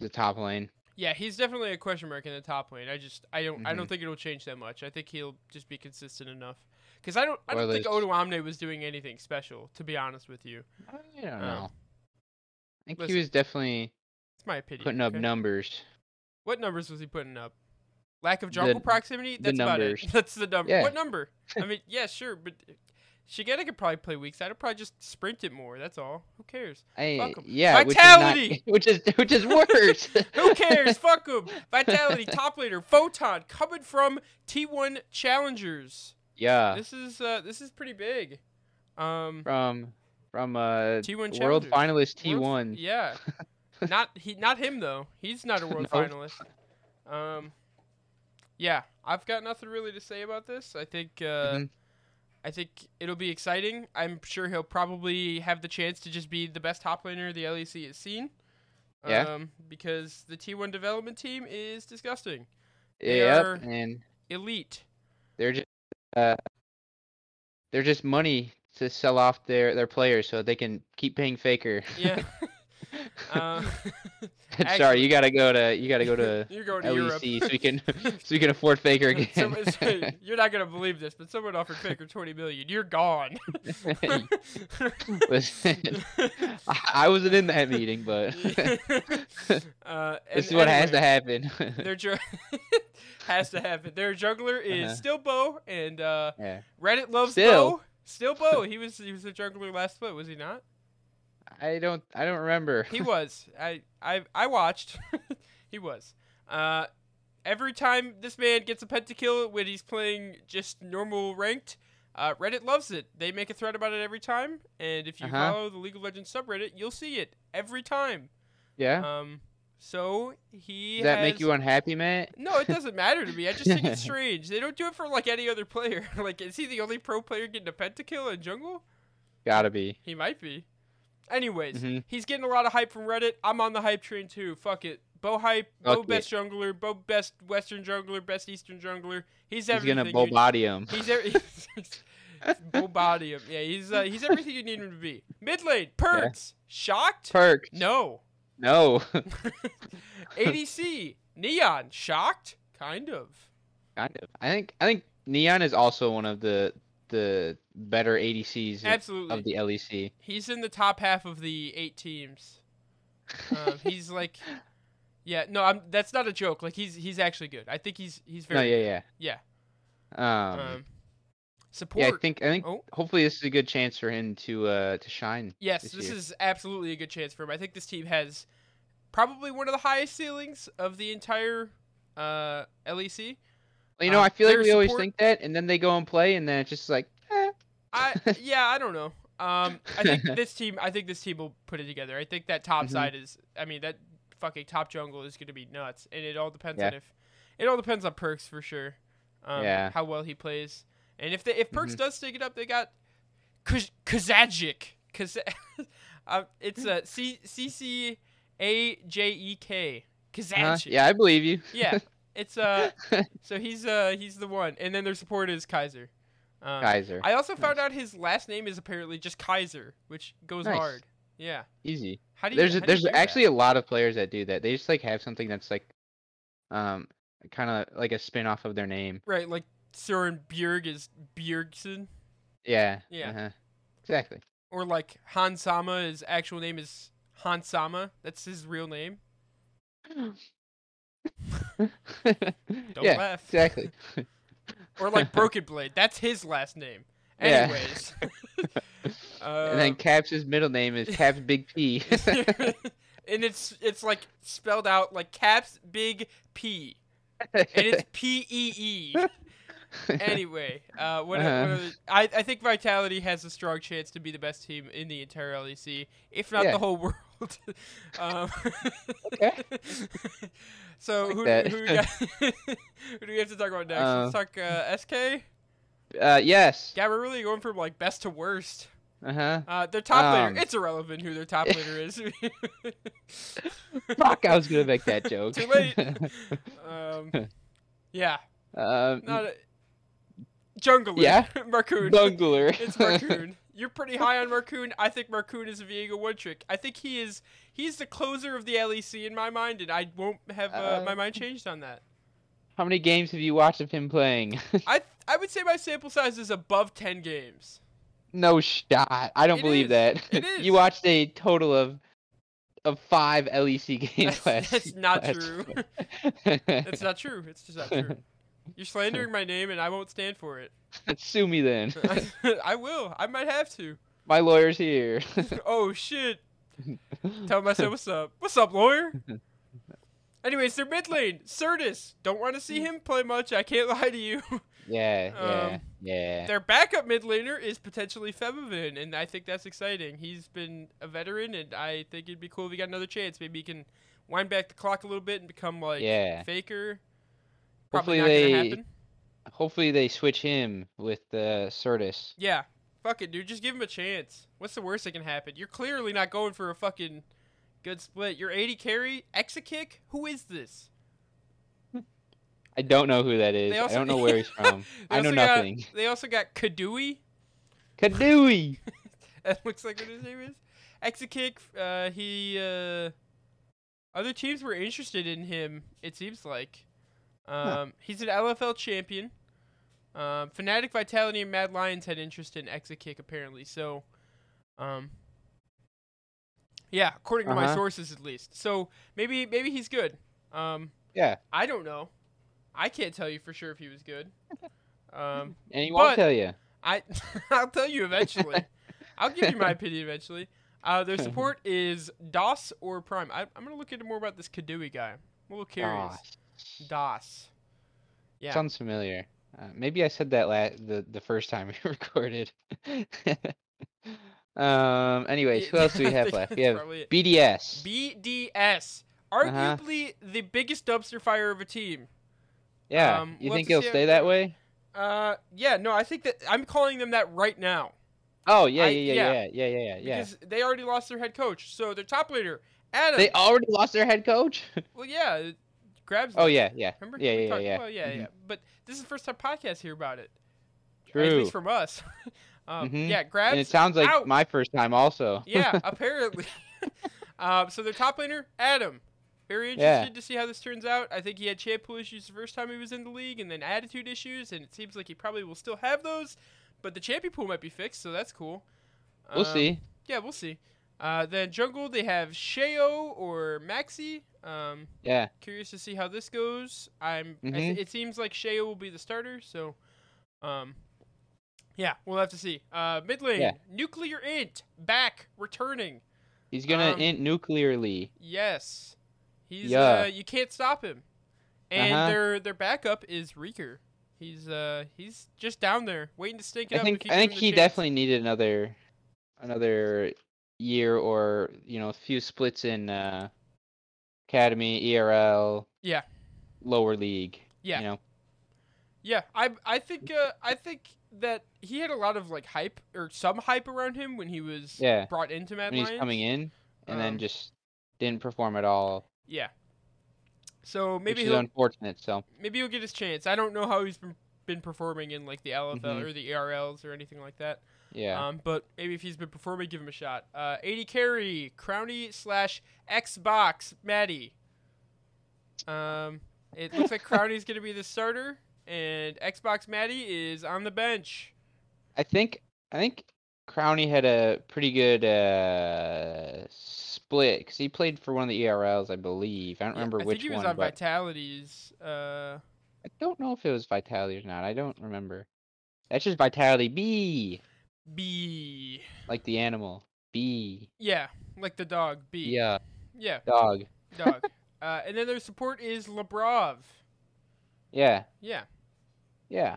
S2: the top lane.
S1: Yeah, he's definitely a question mark in the top lane. I just I don't
S2: Mm-hmm.
S1: I don't think it'll change that much. I think he'll just be consistent enough. Because I don't I
S2: Or
S1: don't think
S2: there's-
S1: Odo Amne was doing anything special. To be honest with you,
S2: I don't
S1: Oh.
S2: know. I think
S1: Listen.
S2: he was definitely
S1: it's my opinion.
S2: putting up
S1: okay?
S2: numbers.
S1: What numbers was he putting up? Lack of jungle
S2: The-
S1: proximity.
S2: the
S1: That's about it.
S2: numbers.
S1: <laughs> That's the number.
S2: Yeah.
S1: What number? I mean, yeah, sure, but Shigeta could probably play weak side. I'd probably just sprint it more. That's all. Who cares?
S2: I,
S1: 'em.
S2: yeah,
S1: Vitality!
S2: <laughs> which is not, which is which is worse.
S1: <laughs> Who
S2: <laughs>
S1: cares? Fuck 'em. Vitality, top leader, photon coming from T1 Challengers.
S2: yeah,
S1: This is uh, this is pretty big. Um,
S2: from from uh
S1: T1
S2: world
S1: Challengers.
S2: finalist T
S1: World-
S2: one. <laughs>
S1: Yeah. not he not him though. He's not a world
S2: No.
S1: finalist. Um yeah, I've got nothing really to say about this. I think uh
S2: Mhm.
S1: I think it'll be exciting. I'm sure he'll probably have the chance to just be the best top laner the LEC has seen.
S2: Yeah.
S1: Um, because the T1 development team is disgusting. they
S2: Yep,
S1: are-
S2: and
S1: Elite.
S2: They're just uh, they're just money to sell off their their players so they can keep paying Faker. <laughs>
S1: Yeah. <laughs> uh,
S2: Sorry,
S1: actually-
S2: you gotta go to you gotta go to
S1: <laughs> You're going to Europe.
S2: LEC so
S1: <laughs>
S2: we can <laughs> so we can afford Faker again.
S1: Some- so- <laughs> you're not gonna believe this, but someone offered Faker 20 million. You're gone. Uh, <laughs>
S2: <laughs> Listen, I, <laughs> I wasn't in that meeting,
S1: <laughs>
S2: but <laughs> this
S1: uh, and
S2: is what has to
S1: anyway,
S2: happen. <laughs>
S1: Their ju- <laughs> has to happen. Their juggler is
S2: Uh-huh.
S1: still Bo, and uh,
S2: yeah.
S1: Reddit loves
S2: Still?
S1: Bo. Still Bo. He was he was the juggler last split, was he not?
S2: I don't I don't remember.
S1: He was. I I I watched. <laughs> he was. Uh, every time this man gets a pentakill when he's playing just normal ranked, uh, Reddit loves it. They make a thread about it every time, and if you
S2: Uh-huh.
S1: follow the League of Legends subreddit, you'll see it every time.
S2: yeah.
S1: Um, so he
S2: Does that make
S1: has-
S2: you unhappy, Matt?
S1: No, it
S2: <laughs>
S1: doesn't matter to me. I just think it's strange. They don't do it for like any other player. <laughs> like, is he the only pro player getting a pentakill in jungle?
S2: Gotta be.
S1: He might be. Anyways,
S2: Mhm.
S1: he's getting a lot of hype from Reddit. I'm on the hype train too. Fuck it. Bo hype, Bo
S2: Fuck it.
S1: best jungler, Bo best Western jungler, best Eastern jungler. He's
S2: He's
S1: everything.
S2: gonna
S1: you-
S2: bull body him.
S1: He's every. <laughs> Bo body him. Yeah, he's uh, he's everything you need him to be. Mid lane, Perks, shocked?
S2: <laughs> Perk.
S1: <laughs> no.
S2: No. <laughs>
S1: ADC, Neon, shocked? Kind of.
S2: <laughs> Kind of. I think I think Neon is also one of the the better ADCs of-
S1: Absolutely.
S2: of the E LEC.
S1: He's in the top half of the eight teams.
S2: <laughs>
S1: Um, he's like, yeah, no, I'm. That's not a joke. Like he's he's actually good. I think he's he's
S2: no,
S1: very.
S2: yeah, yeah.
S1: yeah.
S2: Um,
S1: Um, Support.
S2: Yeah, I think I think
S1: oh,
S2: hopefully this is a good chance for him to uh to shine.
S1: yes,
S2: this
S1: this
S2: year.
S1: is absolutely a good chance for him. I think this team has probably one of the highest ceilings of the entire uh, LEC.
S2: You know,
S1: Um,
S2: I feel like
S1: player
S2: we always
S1: support-
S2: think that, and then they go and play, and then it's just like, eh. <laughs>
S1: I yeah, I don't know. Um, I think this team. I think this team will put it together. I think that top
S2: Mhm.
S1: side is. I mean, that fucking top jungle is gonna be nuts, and it all depends on
S2: Yeah.
S1: if it all depends on Perks for sure. Um,
S2: Yeah.
S1: How well he plays, and if they, if Perks
S2: Mhm.
S1: does take it up, they got Kaz- Kazajic. Kaz- <laughs> uh, it's a C C C A J E K.
S2: huh,
S1: Kazajic.
S2: Uh-huh. yeah, I believe you. <laughs>
S1: Yeah. It's uh. so he's uh he's the one, and then their support is Kaiser. Um,
S2: Kaiser,
S1: I also found
S2: Nice.
S1: out his last name is apparently just Kaiser, which goes
S2: Nice.
S1: hard. Yeah.
S2: easy.
S1: How do you?
S2: There's a,
S1: how do you
S2: there's
S1: do that?
S2: actually a lot of players that do that. They just like have something that's like, um, kind of like a spin off of their name.
S1: right like Søren Bjerg is Bjergsen,
S2: Yeah.
S1: Yeah.
S2: Uh-huh. Exactly. <laughs>
S1: or like Hansama. His actual name is Hansama. That's his real name. Don't
S2: yeah.
S1: laugh.
S2: Exactly.
S1: <laughs>
S2: <laughs>
S1: or like Broken Blade. That's his last name.
S2: Yeah. <laughs>
S1: Anyways. uh,
S2: and then Caps' middle name is
S1: <laughs>
S2: Caps Big P.
S1: Um, <laughs> and it's it's like spelled out like caps big P, and
S2: <laughs>
S1: it's P E E. anyway, uh, what,
S2: Uh-huh.
S1: what other- I, I think Vitality has a strong chance to be the best team in the entire LEC, if not
S2: Yeah.
S1: the whole world. <laughs> um,
S2: Okay.
S1: <laughs> So
S2: Like
S1: who,
S2: that.
S1: do- who, we got, <laughs> who do we have to talk about next? Let's talk uh, SK.
S2: <laughs> uh, yes.
S1: Yeah, we're really going from like best to worst.
S2: Uh huh.
S1: <laughs> Uh, their top
S2: Um.
S1: leader. It's irrelevant who their top leader is.
S2: <laughs>
S1: <laughs>
S2: Fuck, I was gonna make that joke.
S1: Too
S2: <laughs>
S1: late. um, yeah.
S2: um,
S1: Not a... Jungle.
S2: Yeah?
S1: <laughs> Raccoon.
S2: Bungler.
S1: It's <laughs> Marcoon. You're pretty high on Marcoon. I think Marcoon is a Viego one trick. I think he is he's the closer of the LEC in my mind, and I won't have uh,
S2: Uh,
S1: my mind changed on <laughs> that.
S2: How many games have you watched of him playing?
S1: I I would say my sample size is above ten <laughs> games.
S2: no shot. I don't
S1: It
S2: believe
S1: is.
S2: that.
S1: It is.
S2: <laughs> you watched a total of of five LEC <laughs> games
S1: That's,
S2: last.
S1: that's not
S2: last- <laughs>
S1: true. <laughs> That's not true. It's just not <laughs> true. You're slandering my name, and I won't stand for it. <laughs>
S2: Sue me then.
S1: I will. I might have to.
S2: <laughs>
S1: <laughs>
S2: My lawyer's here. <laughs>
S1: Oh shit. Tell him I said what's up. What's up,
S2: <laughs>
S1: lawyer? Anyways, they're mid lane. Certus. Don't want to see
S2: Mm.
S1: him play much. I can't <laughs> lie to you.
S2: yeah, yeah,
S1: Um,
S2: yeah.
S1: Their backup mid laner is potentially Femivin, and I think that's exciting. He's been a veteran, and I think it'd be cool if he got another chance. Maybe he can wind back the clock a little bit and become like
S2: Yeah.
S1: Faker. Probably
S2: Hopefully
S1: not
S2: they-
S1: gonna happen.
S2: Hopefully they switch him with uh, Certus.
S1: Yeah, fuck it, dude. Just give him a chance. What's the worst that can happen? You're clearly not going for a fucking good split. You're 80 carry, Exa kick. Who is this?
S2: I don't know who that is.
S1: also-
S2: I don't
S1: <laughs>
S2: know where he's from.
S1: They
S2: I know
S1: also got-
S2: nothing.
S1: They also got Kadui. <laughs>
S2: Kadooey.
S1: That looks like what his name is. Exakick, uh, he, uh, other teams were interested in him, it seems like. Um, He's an LFL champion. Um, Fnatic, Vitality, and Mad Lions had interest in Exakick, apparently. So, um, yeah, according to my
S2: Uh-huh.
S1: sources, at least. So maybe maybe he's good. Um,
S2: Yeah.
S1: I don't know. I can't tell you for sure if he was
S2: <laughs>
S1: good. Um,
S2: And he won't
S1: But-
S2: tell you.
S1: I <laughs> I'll tell you eventually. I'll give you my
S2: <laughs>
S1: opinion eventually. Uh, their support is DOS or Prime. I, I'm gonna look into more about this Kadui guy. I'm a little curious.
S2: Doss.
S1: DOS. Yeah.
S2: Sounds familiar. Uh, maybe I said that la- the the first time <laughs> we recorded. um. Anyways,
S1: Yeah,
S2: who else do
S1: I <laughs>
S2: we have
S1: think
S2: left? We
S1: that's
S2: have
S1: probably it.
S2: BDS.
S1: BDS,
S2: Uh-huh.
S1: arguably the biggest dumpster fire of a team.
S2: yeah.
S1: um,
S2: you
S1: we'll have
S2: think
S1: to
S2: it'll
S1: see how it
S2: stay that
S1: goes.
S2: way?
S1: Uh, yeah, no, I think that I'm calling them that right now
S2: Oh yeah,
S1: I-
S2: yeah, yeah, yeah, yeah, yeah, yeah. yeah.
S1: because uh they already lost their head coach, so their top leader, Adam.
S2: They already lost their head coach. <laughs>
S1: well, yeah, grabs.
S2: oh
S1: them.
S2: yeah, yeah,
S1: Remember?
S2: yeah,
S1: We
S2: yeah,
S1: talked-
S2: yeah.
S1: well, yeah,
S2: Mhm.
S1: yeah. But this is the first time podcasts hear about it. Or At
S2: True.
S1: least from us. <laughs> um,
S2: Mhm.
S1: Yeah,
S2: And it
S1: grabs.
S2: sounds like
S1: out.
S2: my first time also.
S1: <laughs>
S2: <laughs>
S1: yeah, apparently. <laughs> um, so their top laner, Adam. Very
S2: Yeah.
S1: interested to see how this turns out. I think he had champ pool issues the first time he was in the league, and then attitude issues, and it seems like he probably will still have those. But the champion pool might be fixed, so that's cool.
S2: We'll
S1: Um,
S2: see.
S1: Yeah, we'll see. Uh, then jungle, they have Sheo or Maxi. Um,
S2: Yeah.
S1: curious to see how this
S2: Mm-hmm.
S1: goes. I'm. I th- it seems like Shea will be the starter, so um, Yeah, we'll have to see. Uh, mid lane,
S2: Yeah.
S1: nuclear int back returning.
S2: He's gonna
S1: Um,
S2: int nuclearly.
S1: Yes, he's.
S2: Yeah.
S1: Uh, you can't stop him. And
S2: Uh-huh.
S1: their their backup is Reeker. He's uh he's just down there waiting to stink it
S2: I
S1: up.
S2: think
S1: if
S2: I
S1: give
S2: think
S1: him the
S2: he
S1: chance.
S2: definitely needed another another year or you know a few splits in uh, academy, ERL,
S1: Yeah.
S2: lower league.
S1: Yeah.
S2: you know,
S1: Yeah, I I think uh, I think that he had a lot of like hype or some hype around him when he was
S2: Yeah.
S1: brought into Mad
S2: when he's
S1: Lions.
S2: coming in and then
S1: Um,
S2: just didn't perform at all,
S1: Yeah. So maybe
S2: maybe which
S1: he'll
S2: is unfortunate. So
S1: maybe he'll get his chance. I don't know how he's been been performing in like the LFL
S2: Mhm.
S1: or the ERLs or anything like that.
S2: yeah,
S1: Um, but maybe if he's been performing, give him a shot. Uh, 80 carry Crowny slash Xbox Maddie. Um, it looks
S2: <laughs>
S1: like Crowny's gonna be the starter and Xbox Maddie is on the bench.
S2: I think I think Crowney had a pretty good uh, split because he played for one of the ERLs, I believe. I don't
S1: Yeah,
S2: remember
S1: I
S2: which
S1: think he was
S2: one,
S1: on
S2: but
S1: Vitality's. Uh,
S2: I don't know if it was Vitality or not. I don't remember. That's just Vitality B,
S1: B.
S2: like the animal. B.
S1: Yeah, like the dog. B.
S2: Yeah.
S1: Yeah,
S2: Dog.
S1: dog. <laughs> uh, and then their support is Labrov.
S2: Yeah.
S1: Yeah.
S2: Yeah.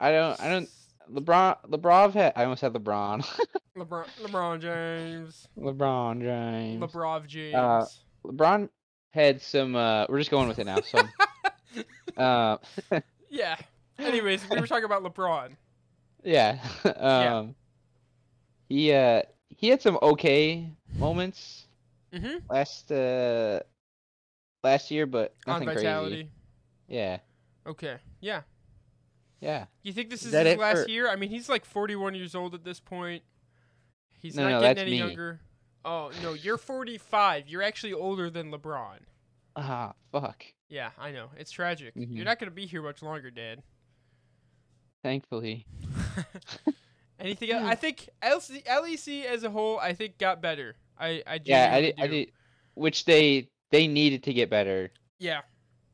S2: I don't. Oh, I don't. LeBron. LeBron. Had, I almost said LeBron. <laughs>
S1: LeBron, LeBron James,
S2: LeBron James. Uh,
S1: LeBron James.
S2: LeBron had some. Uh, we're just going with it now.
S1: <laughs>
S2: So. uh,
S1: yeah. Anyways, we were talking about LeBron.
S2: Yeah. <laughs> um, He uh he had some okay moments
S1: Mm-hmm.
S2: last uh last year, but
S1: On
S2: <laughs> nothing
S1: Vitality.
S2: crazy. Yeah.
S1: Okay. Yeah.
S2: Yeah.
S1: You think this
S2: Is
S1: is,
S2: that
S1: his
S2: it
S1: last
S2: for-
S1: year? I mean, he's like 41 years old at this point. He's
S2: No,
S1: not
S2: no,
S1: getting
S2: that's
S1: any
S2: me.
S1: younger. Oh no, you're 45. You're actually older than LeBron.
S2: Ah, fuck.
S1: Yeah, I know. It's tragic. You're
S2: Mhm.
S1: not gonna be here much longer, Dad.
S2: Thankfully.
S1: Anything else? I think LC- LEC E as a whole, I think got better. I I
S2: Yeah, I
S1: genuinely
S2: did, I
S1: do.
S2: did which they they needed to get better.
S1: Yeah,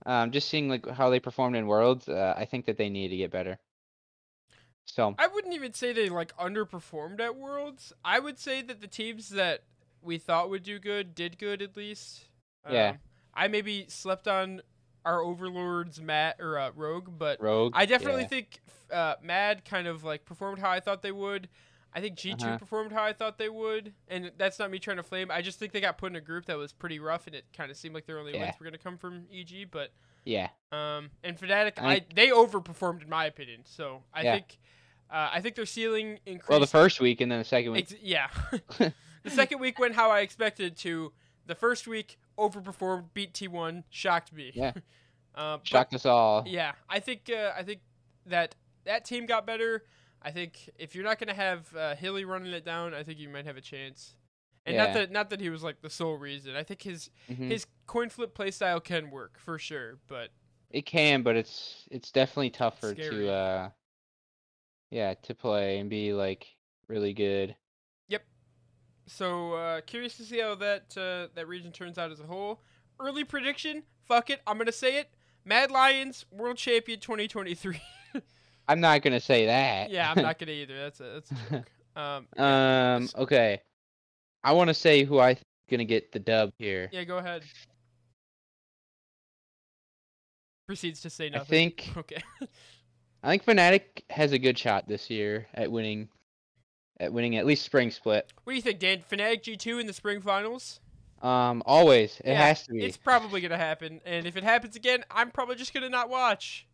S2: Um just seeing like how they performed in Worlds, uh, I think that they need to get better. So,
S1: I wouldn't even say they like underperformed at Worlds. I would say that the teams that we thought would do good did good at least.
S2: Yeah.
S1: Um, I maybe slept on our overlords Matt or uh, Rogue, but
S2: Rogue.
S1: I definitely
S2: yeah.
S1: think uh, Mad kind of like performed how I thought they would. I think G2
S2: Uh-huh.
S1: performed how I thought they would, and that's not me trying to flame. I just think they got put in a group that was pretty rough, and it kind of seemed like their only
S2: Yeah.
S1: wins were gonna come from EG. But
S2: Yeah.
S1: um, and Fnatic, I,
S2: I-
S1: they overperformed in my opinion. So I
S2: Yeah.
S1: think uh, I think their ceiling increased.
S2: Well, the first week and then the second week.
S1: Ex-
S2: <laughs>
S1: yeah, the second week went how I expected to. The first week overperformed, beat T1, shocked me.
S2: Yeah.
S1: <laughs> uh, but-
S2: Shocked us all.
S1: yeah, I think uh, I think that that team got better. I think if you're not gonna have uh, Hilly running it down, I think you might have a chance. And not
S2: Yeah.
S1: that not that he was like the sole reason. I think his
S2: Mhm.
S1: his coin flip playstyle can work for sure, but
S2: It can, but it's it's definitely tougher
S1: Scary.
S2: to uh yeah, to play and be like really good.
S1: so uh, curious to see how that uh, that region turns out as a whole. Early prediction, fuck it, I'm gonna say it. Mad Lions World Champion 2023.
S2: I'm not going to say
S1: <laughs>
S2: that.
S1: yeah,
S2: <laughs>
S1: I'm not gonna either. That's a that's a joke. Um,
S2: um
S1: s-
S2: okay. I want to say who I th- going to get the dub here.
S1: yeah, go ahead. Proceeds to say
S2: I
S1: nothing.
S2: think
S1: <laughs> Okay.
S2: I think Fnatic has a good shot this year at winning at winning at least spring split.
S1: What do you think, Dan? Fnatic G2 in the spring finals?
S2: Um always it
S1: Yeah,
S2: has to be.
S1: It's probably going to happen. And if it happens again, I'm probably just going to not watch.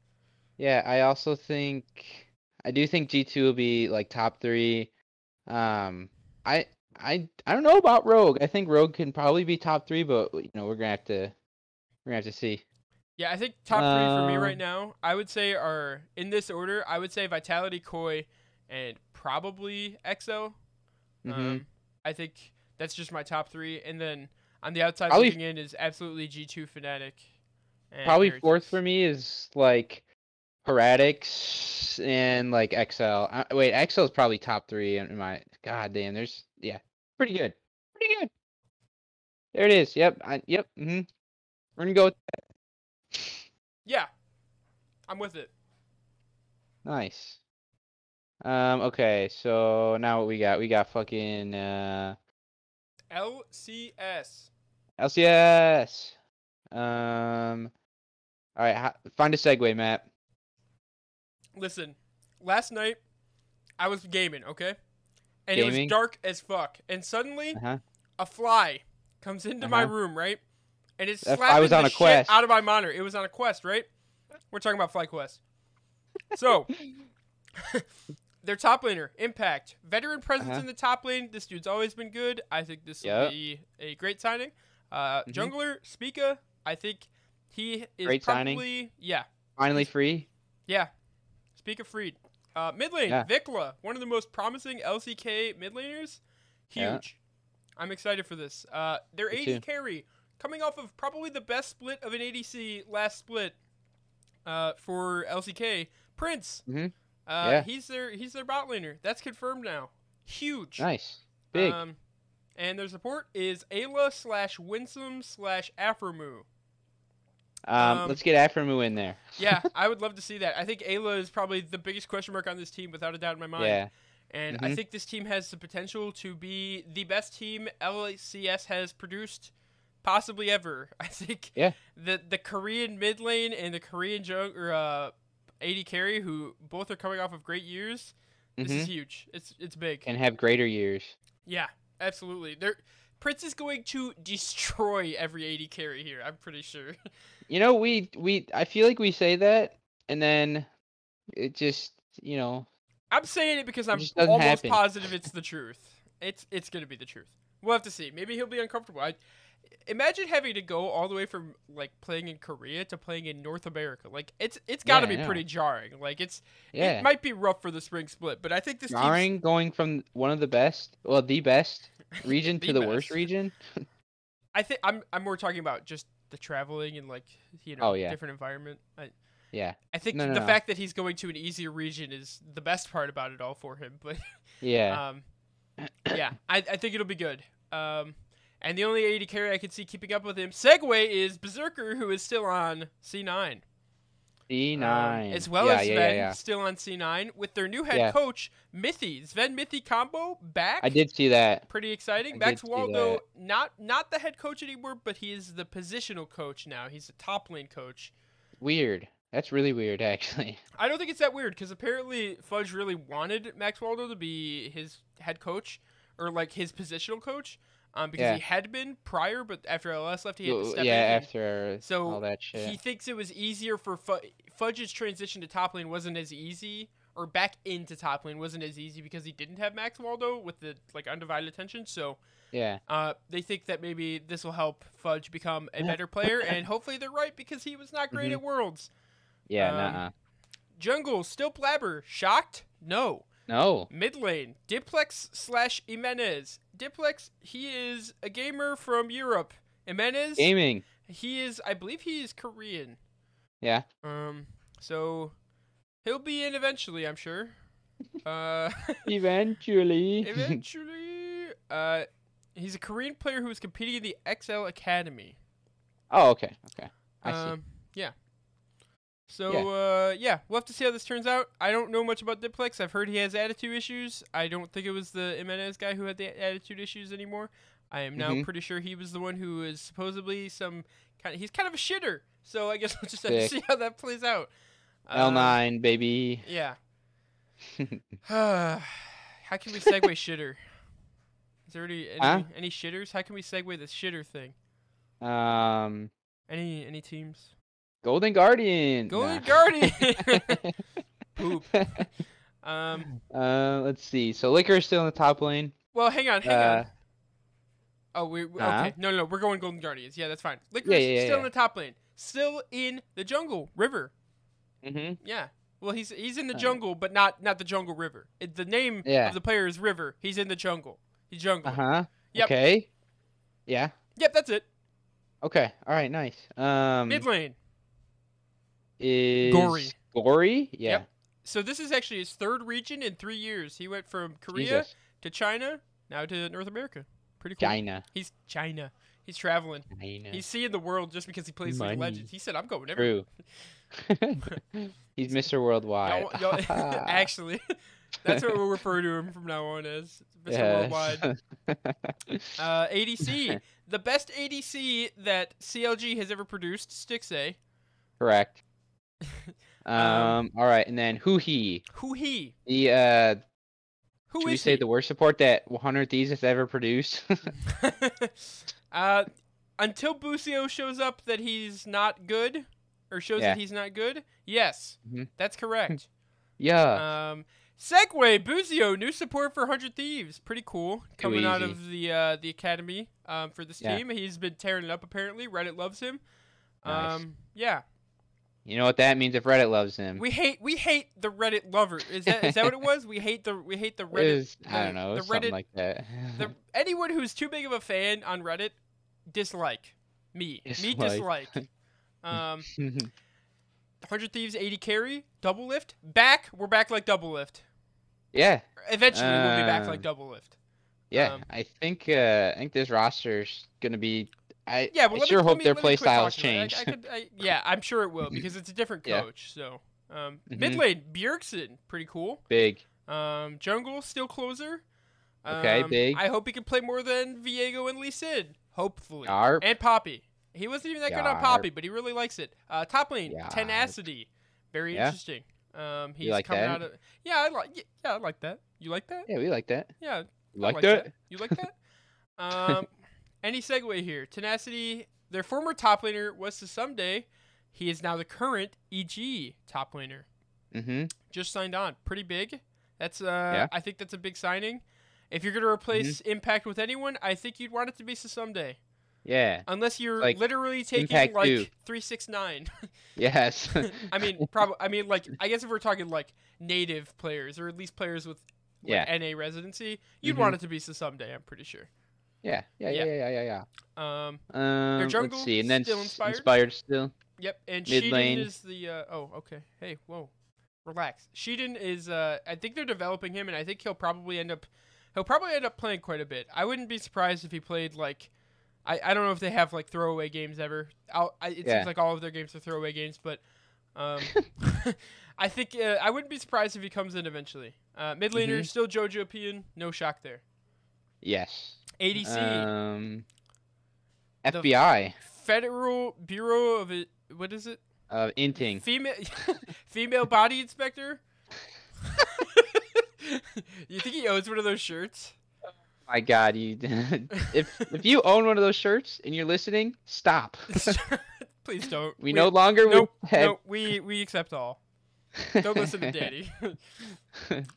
S2: Yeah, I also think I do think G2 will be like top 3. Um I I I don't know about Rogue. I think Rogue can probably be top 3, but you know, we're going to have to we're going to have to see.
S1: Yeah, I think top three for me right
S2: Um,
S1: now, I would say are in this order. I would say Vitality, Koi, and probably EXO.
S2: Mhm.
S1: Um, I think that's just my top three. And then on the outside
S2: Probably-
S1: looking in is absolutely G2 Fnatic. and
S2: probably
S1: Heretics.
S2: fourth for me is like Heretics and like XL. Uh, wait, XL is probably top 3 in in my god damn, there's yeah, pretty good. Pretty good. There it is. Yep. I, yep. Mhm. We're going to go with
S1: Yeah, I'm with it.
S2: Nice. Um. Okay. So now what we got? We got fucking uh,
S1: LCS.
S2: LCS. Um. All right. ho- find a segue, Matt.
S1: Listen, last night I was gaming, okay? And it
S2: Gaming?
S1: was dark as fuck. And suddenly
S2: Uh-huh.
S1: a fly comes into my
S2: Uh-huh.
S1: room, right? And it's
S2: That
S1: slapping
S2: fly was on
S1: the
S2: a quest.
S1: shit out of my monitor. It was on a quest, right? We're talking about Fly Quest. So, <laughs> their top laner, Impact. Veteran presence
S2: Uh-huh.
S1: in the top lane. This dude's always been good. I think this will
S2: Yep.
S1: be a great signing. Uh,
S2: Mhm.
S1: Jungler, Spica. I think he is
S2: Great
S1: probably
S2: signing.
S1: yeah.
S2: Finally free.
S1: Yeah. Speak of Freed. Uh, mid lane,
S2: Yeah.
S1: Vikla, one of the most promising LCK mid laners. Huge.
S2: Yeah.
S1: I'm excited for this. Uh, their
S2: Me
S1: AD
S2: too.
S1: carry, coming off of probably the best split of an ADC last split uh, for LCK, Prince.
S2: Mhm.
S1: Uh,
S2: Yeah.
S1: He's their he's their bot laner. That's confirmed now. Huge.
S2: Nice. Big.
S1: Um, and their support is Ayla slash Winsome slash Aframu.
S2: um,
S1: um,
S2: Let's get Afremu in there.
S1: Yeah, I would love to see that. I think Ayla is probably the biggest question mark on this team, without a doubt in my mind.
S2: Yeah.
S1: And I
S2: Mhm.
S1: think this team has the potential to be the best team LCS has produced possibly ever. <laughs> I think
S2: Yeah.
S1: the the Korean mid lane and the Korean jung- or, uh, AD carry, who both are coming off of great years, this
S2: hmm
S1: is huge. It's it's big.
S2: And have greater years.
S1: yeah, absolutely. They're, Prince is going to destroy every AD carry here. I'm pretty sure.
S2: You know, we we I feel like we say that, and then it just you know
S1: I'm saying it because I'm
S2: just doesn't
S1: almost
S2: happen.
S1: positive it's the truth. It's it's gonna be the truth. We'll have to see. Maybe he'll be uncomfortable. I imagine having to go all the way from like playing in Korea to playing in North America. Like it's it's gotta
S2: Yeah, I
S1: be
S2: know.
S1: pretty jarring. Like it's
S2: yeah.
S1: it might be rough for the spring split, but I think this team's
S2: Jarring going from one of the best, well, the best
S1: <laughs>
S2: region
S1: The
S2: to the worst
S1: best.
S2: region.
S1: I think I'm I'm more talking about just the traveling and like you know
S2: Oh, yeah.
S1: different environment. I <laughs>
S2: Yeah,
S1: I think
S2: No, no,
S1: the
S2: no.
S1: fact that he's going to an easier region is the best part about it all for him, but
S2: yeah.
S1: Um, yeah, I, I think it'll be good. Um, and the only AD carry I could see keeping up with him, Segway, is Berserker, who is still on C9.
S2: C
S1: Um,
S2: nine,
S1: as well
S2: yeah,
S1: as
S2: yeah,
S1: Sven,
S2: yeah, yeah.
S1: still on C9, with their new head
S2: Yeah.
S1: coach, Mithy. Sven Mithy combo back.
S2: I did see that.
S1: Pretty exciting.
S2: I
S1: Max
S2: did see
S1: Waldo, not not the head coach anymore, but he is the positional coach now. He's the top lane coach.
S2: Weird. That's really weird, actually. <laughs>
S1: I don't think it's that weird because apparently Fudge really wanted Max Waldo to be his head coach or like his positional coach, um, because he
S2: Yeah.
S1: had been prior, but after LS left, he had to
S2: Well,
S1: step
S2: yeah,
S1: in. and
S2: after
S1: So,
S2: all that shit.
S1: He thinks it was easier for Fu- Fudge's transition to top lane wasn't as easy, or back into top lane wasn't as easy because he didn't have Max Waldo with the like undivided attention. So
S2: yeah,
S1: uh, they think that maybe this will help Fudge become a better player, and hopefully they're right because he was not great
S2: Mhm.
S1: at Worlds.
S2: yeah,
S1: um,
S2: nuh-uh.
S1: Jungle still blabber. Shocked? No.
S2: No,
S1: Mid lane, Diplex slash Jimenez. Diplex, he is a gamer from Europe. Jimenez,
S2: gaming.
S1: he is, I believe he is Korean.
S2: Yeah.
S1: Um, so he'll be in eventually, I'm sure. Uh,
S2: Eventually.
S1: eventually, uh, he's a Korean player who is competing in the XL Academy.
S2: <laughs> oh, okay, okay. I see.
S1: Um, yeah. So Uh, yeah, we'll have to see how this turns out. I don't know much about Diplex. I've heard he has attitude issues. I don't think it was the Jimenez guy who had the attitude issues anymore. I am now
S2: Mhm.
S1: pretty sure he was the one who is supposedly some kind. Of, he's kind of a shitter. So I guess <laughs> we'll just have to
S2: Sick.
S1: see how that plays out.
S2: L
S1: Um,
S2: nine, baby. <laughs>
S1: yeah. <sighs> how can we segue shitter? Is there any any,
S2: Huh?
S1: any shitters? How can we segue this shitter thing?
S2: Um,
S1: Any any teams?
S2: Golden Guardian.
S1: Golden
S2: Nah. <laughs>
S1: <laughs> Guardian. Poop. Um.
S2: Uh, let's see. So Liquor is still in the top lane.
S1: Well, hang on, hang
S2: Uh,
S1: on. Oh, we we-
S2: uh-huh.
S1: okay. No, no, no, we're going Golden Guardians. Yeah, that's fine. Licorice
S2: yeah, yeah,
S1: still in
S2: yeah.
S1: the top lane. Still in the jungle river.
S2: Mm-hmm.
S1: Yeah. Well, he's he's in the
S2: Alright.
S1: jungle, but not not the jungle river. It, the name
S2: Uh-huh. Yeah.
S1: of the player is River. He's in the jungle. He's jungle.
S2: Uh huh.
S1: Yep.
S2: Okay. Yeah.
S1: Yep, that's it.
S2: Okay. All right. Nice. Um,
S1: Mid lane.
S2: is
S1: Gory.
S2: Gory. Yeah.
S1: Yep. So this is actually his third region in three years. He went from Korea
S2: Jesus.
S1: to China, now to North America. Pretty cool.
S2: China.
S1: He's China. He's traveling.
S2: China. <laughs>
S1: He's seeing the world just because he plays League of
S2: Money.
S1: Legends. He said, "I'm going everywhere."
S2: True. He's Mr. Worldwide. <laughs>
S1: Y'all- y'all- <laughs> actually, That's what we'll refer to him from now on as Mr.
S2: <laughs>
S1: Worldwide. Uh, ADC. the best ADC that CLG has ever produced, Stix A. <laughs>
S2: Correct. Um,
S1: Um,
S2: all right, and then who he?
S1: Who he?
S2: The uh,
S1: Who
S2: should we
S1: is
S2: say
S1: he?
S2: the worst support that 100 Thieves has ever produced?
S1: <laughs> uh, until Busio shows up that he's not good, or shows
S2: Yeah.
S1: that he's not good. Yes,
S2: Mhm.
S1: that's correct.
S2: yeah,
S1: um, Segway Busio, new support for Hundred Thieves, pretty cool. Coming out
S2: easy.
S1: of the uh, the academy um, for this
S2: Yeah.
S1: team, he's been tearing it up. Apparently, Reddit loves him.
S2: Nice.
S1: Um, yeah,
S2: you know what that means if Reddit loves him.
S1: we hate we hate the Reddit lover. Is that is that what it was? We hate the we hate the
S2: <laughs> It
S1: Reddit.
S2: was- I don't
S1: the-
S2: know,
S1: the
S2: something
S1: Reddit-
S2: like that.
S1: the anyone who's too big of a fan on Reddit, dislike me. Me
S2: Dislike.
S1: dislike.
S2: <laughs>
S1: Um, Hundred Thieves, eighty carry, double lift, back. We're back like double lift.
S2: yeah,
S1: Eventually, we'll be back
S2: Um,
S1: like double lift.
S2: yeah.
S1: um,
S2: I think uh, I think this roster's gonna be. I
S1: Yeah, but
S2: I
S1: let
S2: sure
S1: me, let
S2: hope
S1: me-
S2: their
S1: let me
S2: play
S1: quit talking
S2: styles
S1: about it.
S2: change.
S1: I, I could, I, yeah, I'm sure it
S2: <laughs>
S1: will because it's a different
S2: Yeah.
S1: coach. So, um,
S2: Mhm.
S1: mid lane Bjergsen, pretty cool.
S2: <laughs> Big.
S1: Um, jungle still closer.
S2: Okay,
S1: Um,
S2: big.
S1: I hope he can play more than Viego and Lee Sin. Hopefully.
S2: Yarp.
S1: And Poppy. He wasn't even that good on
S2: Yarp.
S1: Poppy, but he really likes it. Uh, top lane,
S2: Yarp.
S1: tenacity, very
S2: Yeah.
S1: interesting. Um, he's
S2: like
S1: coming
S2: that?
S1: out of yeah, I like yeah, I like that. You like that?
S2: Yeah, we like that.
S1: Yeah,
S2: You
S1: I
S2: like that?
S1: You like that?
S2: <laughs>
S1: um, any segue here? Tenacity, their former top laner was to someday. He is now the current EG top laner.
S2: Mm-hmm.
S1: Just signed on, pretty big. That's uh,
S2: Yeah. Mm-hmm.
S1: I think that's a big signing. If you're gonna replace Impact with anyone, I think you'd want it to be Sasumde.
S2: Yeah. <laughs>
S1: Unless you're
S2: Like,
S1: literally taking
S2: Impact
S1: like
S2: who?
S1: three six nine.
S2: Yes.
S1: <laughs>
S2: <laughs>
S1: I mean, probably. I mean, like, I guess if we're talking like native players or at least players with like,
S2: Yeah.
S1: NA residency, you'd
S2: Mhm.
S1: want it to be Sasumde. I'm pretty sure.
S2: yeah. Yeah.
S1: Yeah.
S2: Yeah. Yeah. Yeah. Yeah. yeah.
S1: Um,
S2: Um,
S1: jungle
S2: let's see, and then
S1: still
S2: s-
S1: inspired?
S2: inspired still.
S1: yep. And
S2: Mid lane.
S1: Sheedon is the. Uh, oh, okay. Hey, whoa, relax. Sheedon is. Uh, I think they're developing him, and I think he'll probably end up. He'll probably end up playing quite a bit. I wouldn't be surprised if he played like. I, I don't know if they have like throwaway games ever. I'll, I, it
S2: Yeah.
S1: seems like all of their games are throwaway games, but
S2: <laughs>
S1: um, <laughs> I think uh, I wouldn't be surprised if he comes in eventually. Uh, mid
S2: Mm-hmm.
S1: laner still Jojo Pian, no shock there.
S2: Yes.
S1: ADC
S2: Um,
S1: The-
S2: FBI
S1: Federal Bureau of it, what is it?
S2: of uh, inting.
S1: Female <laughs> female body inspector. <laughs> you think he owns one of those shirts?
S2: My God, you. <laughs> if
S1: <laughs>
S2: if you own one of those shirts and you're listening, stop. <laughs>
S1: Please don't.
S2: We, no longer
S1: Nope.
S2: would. have-
S1: No, we we accept all. Don't listen
S2: <laughs>
S1: to Danny.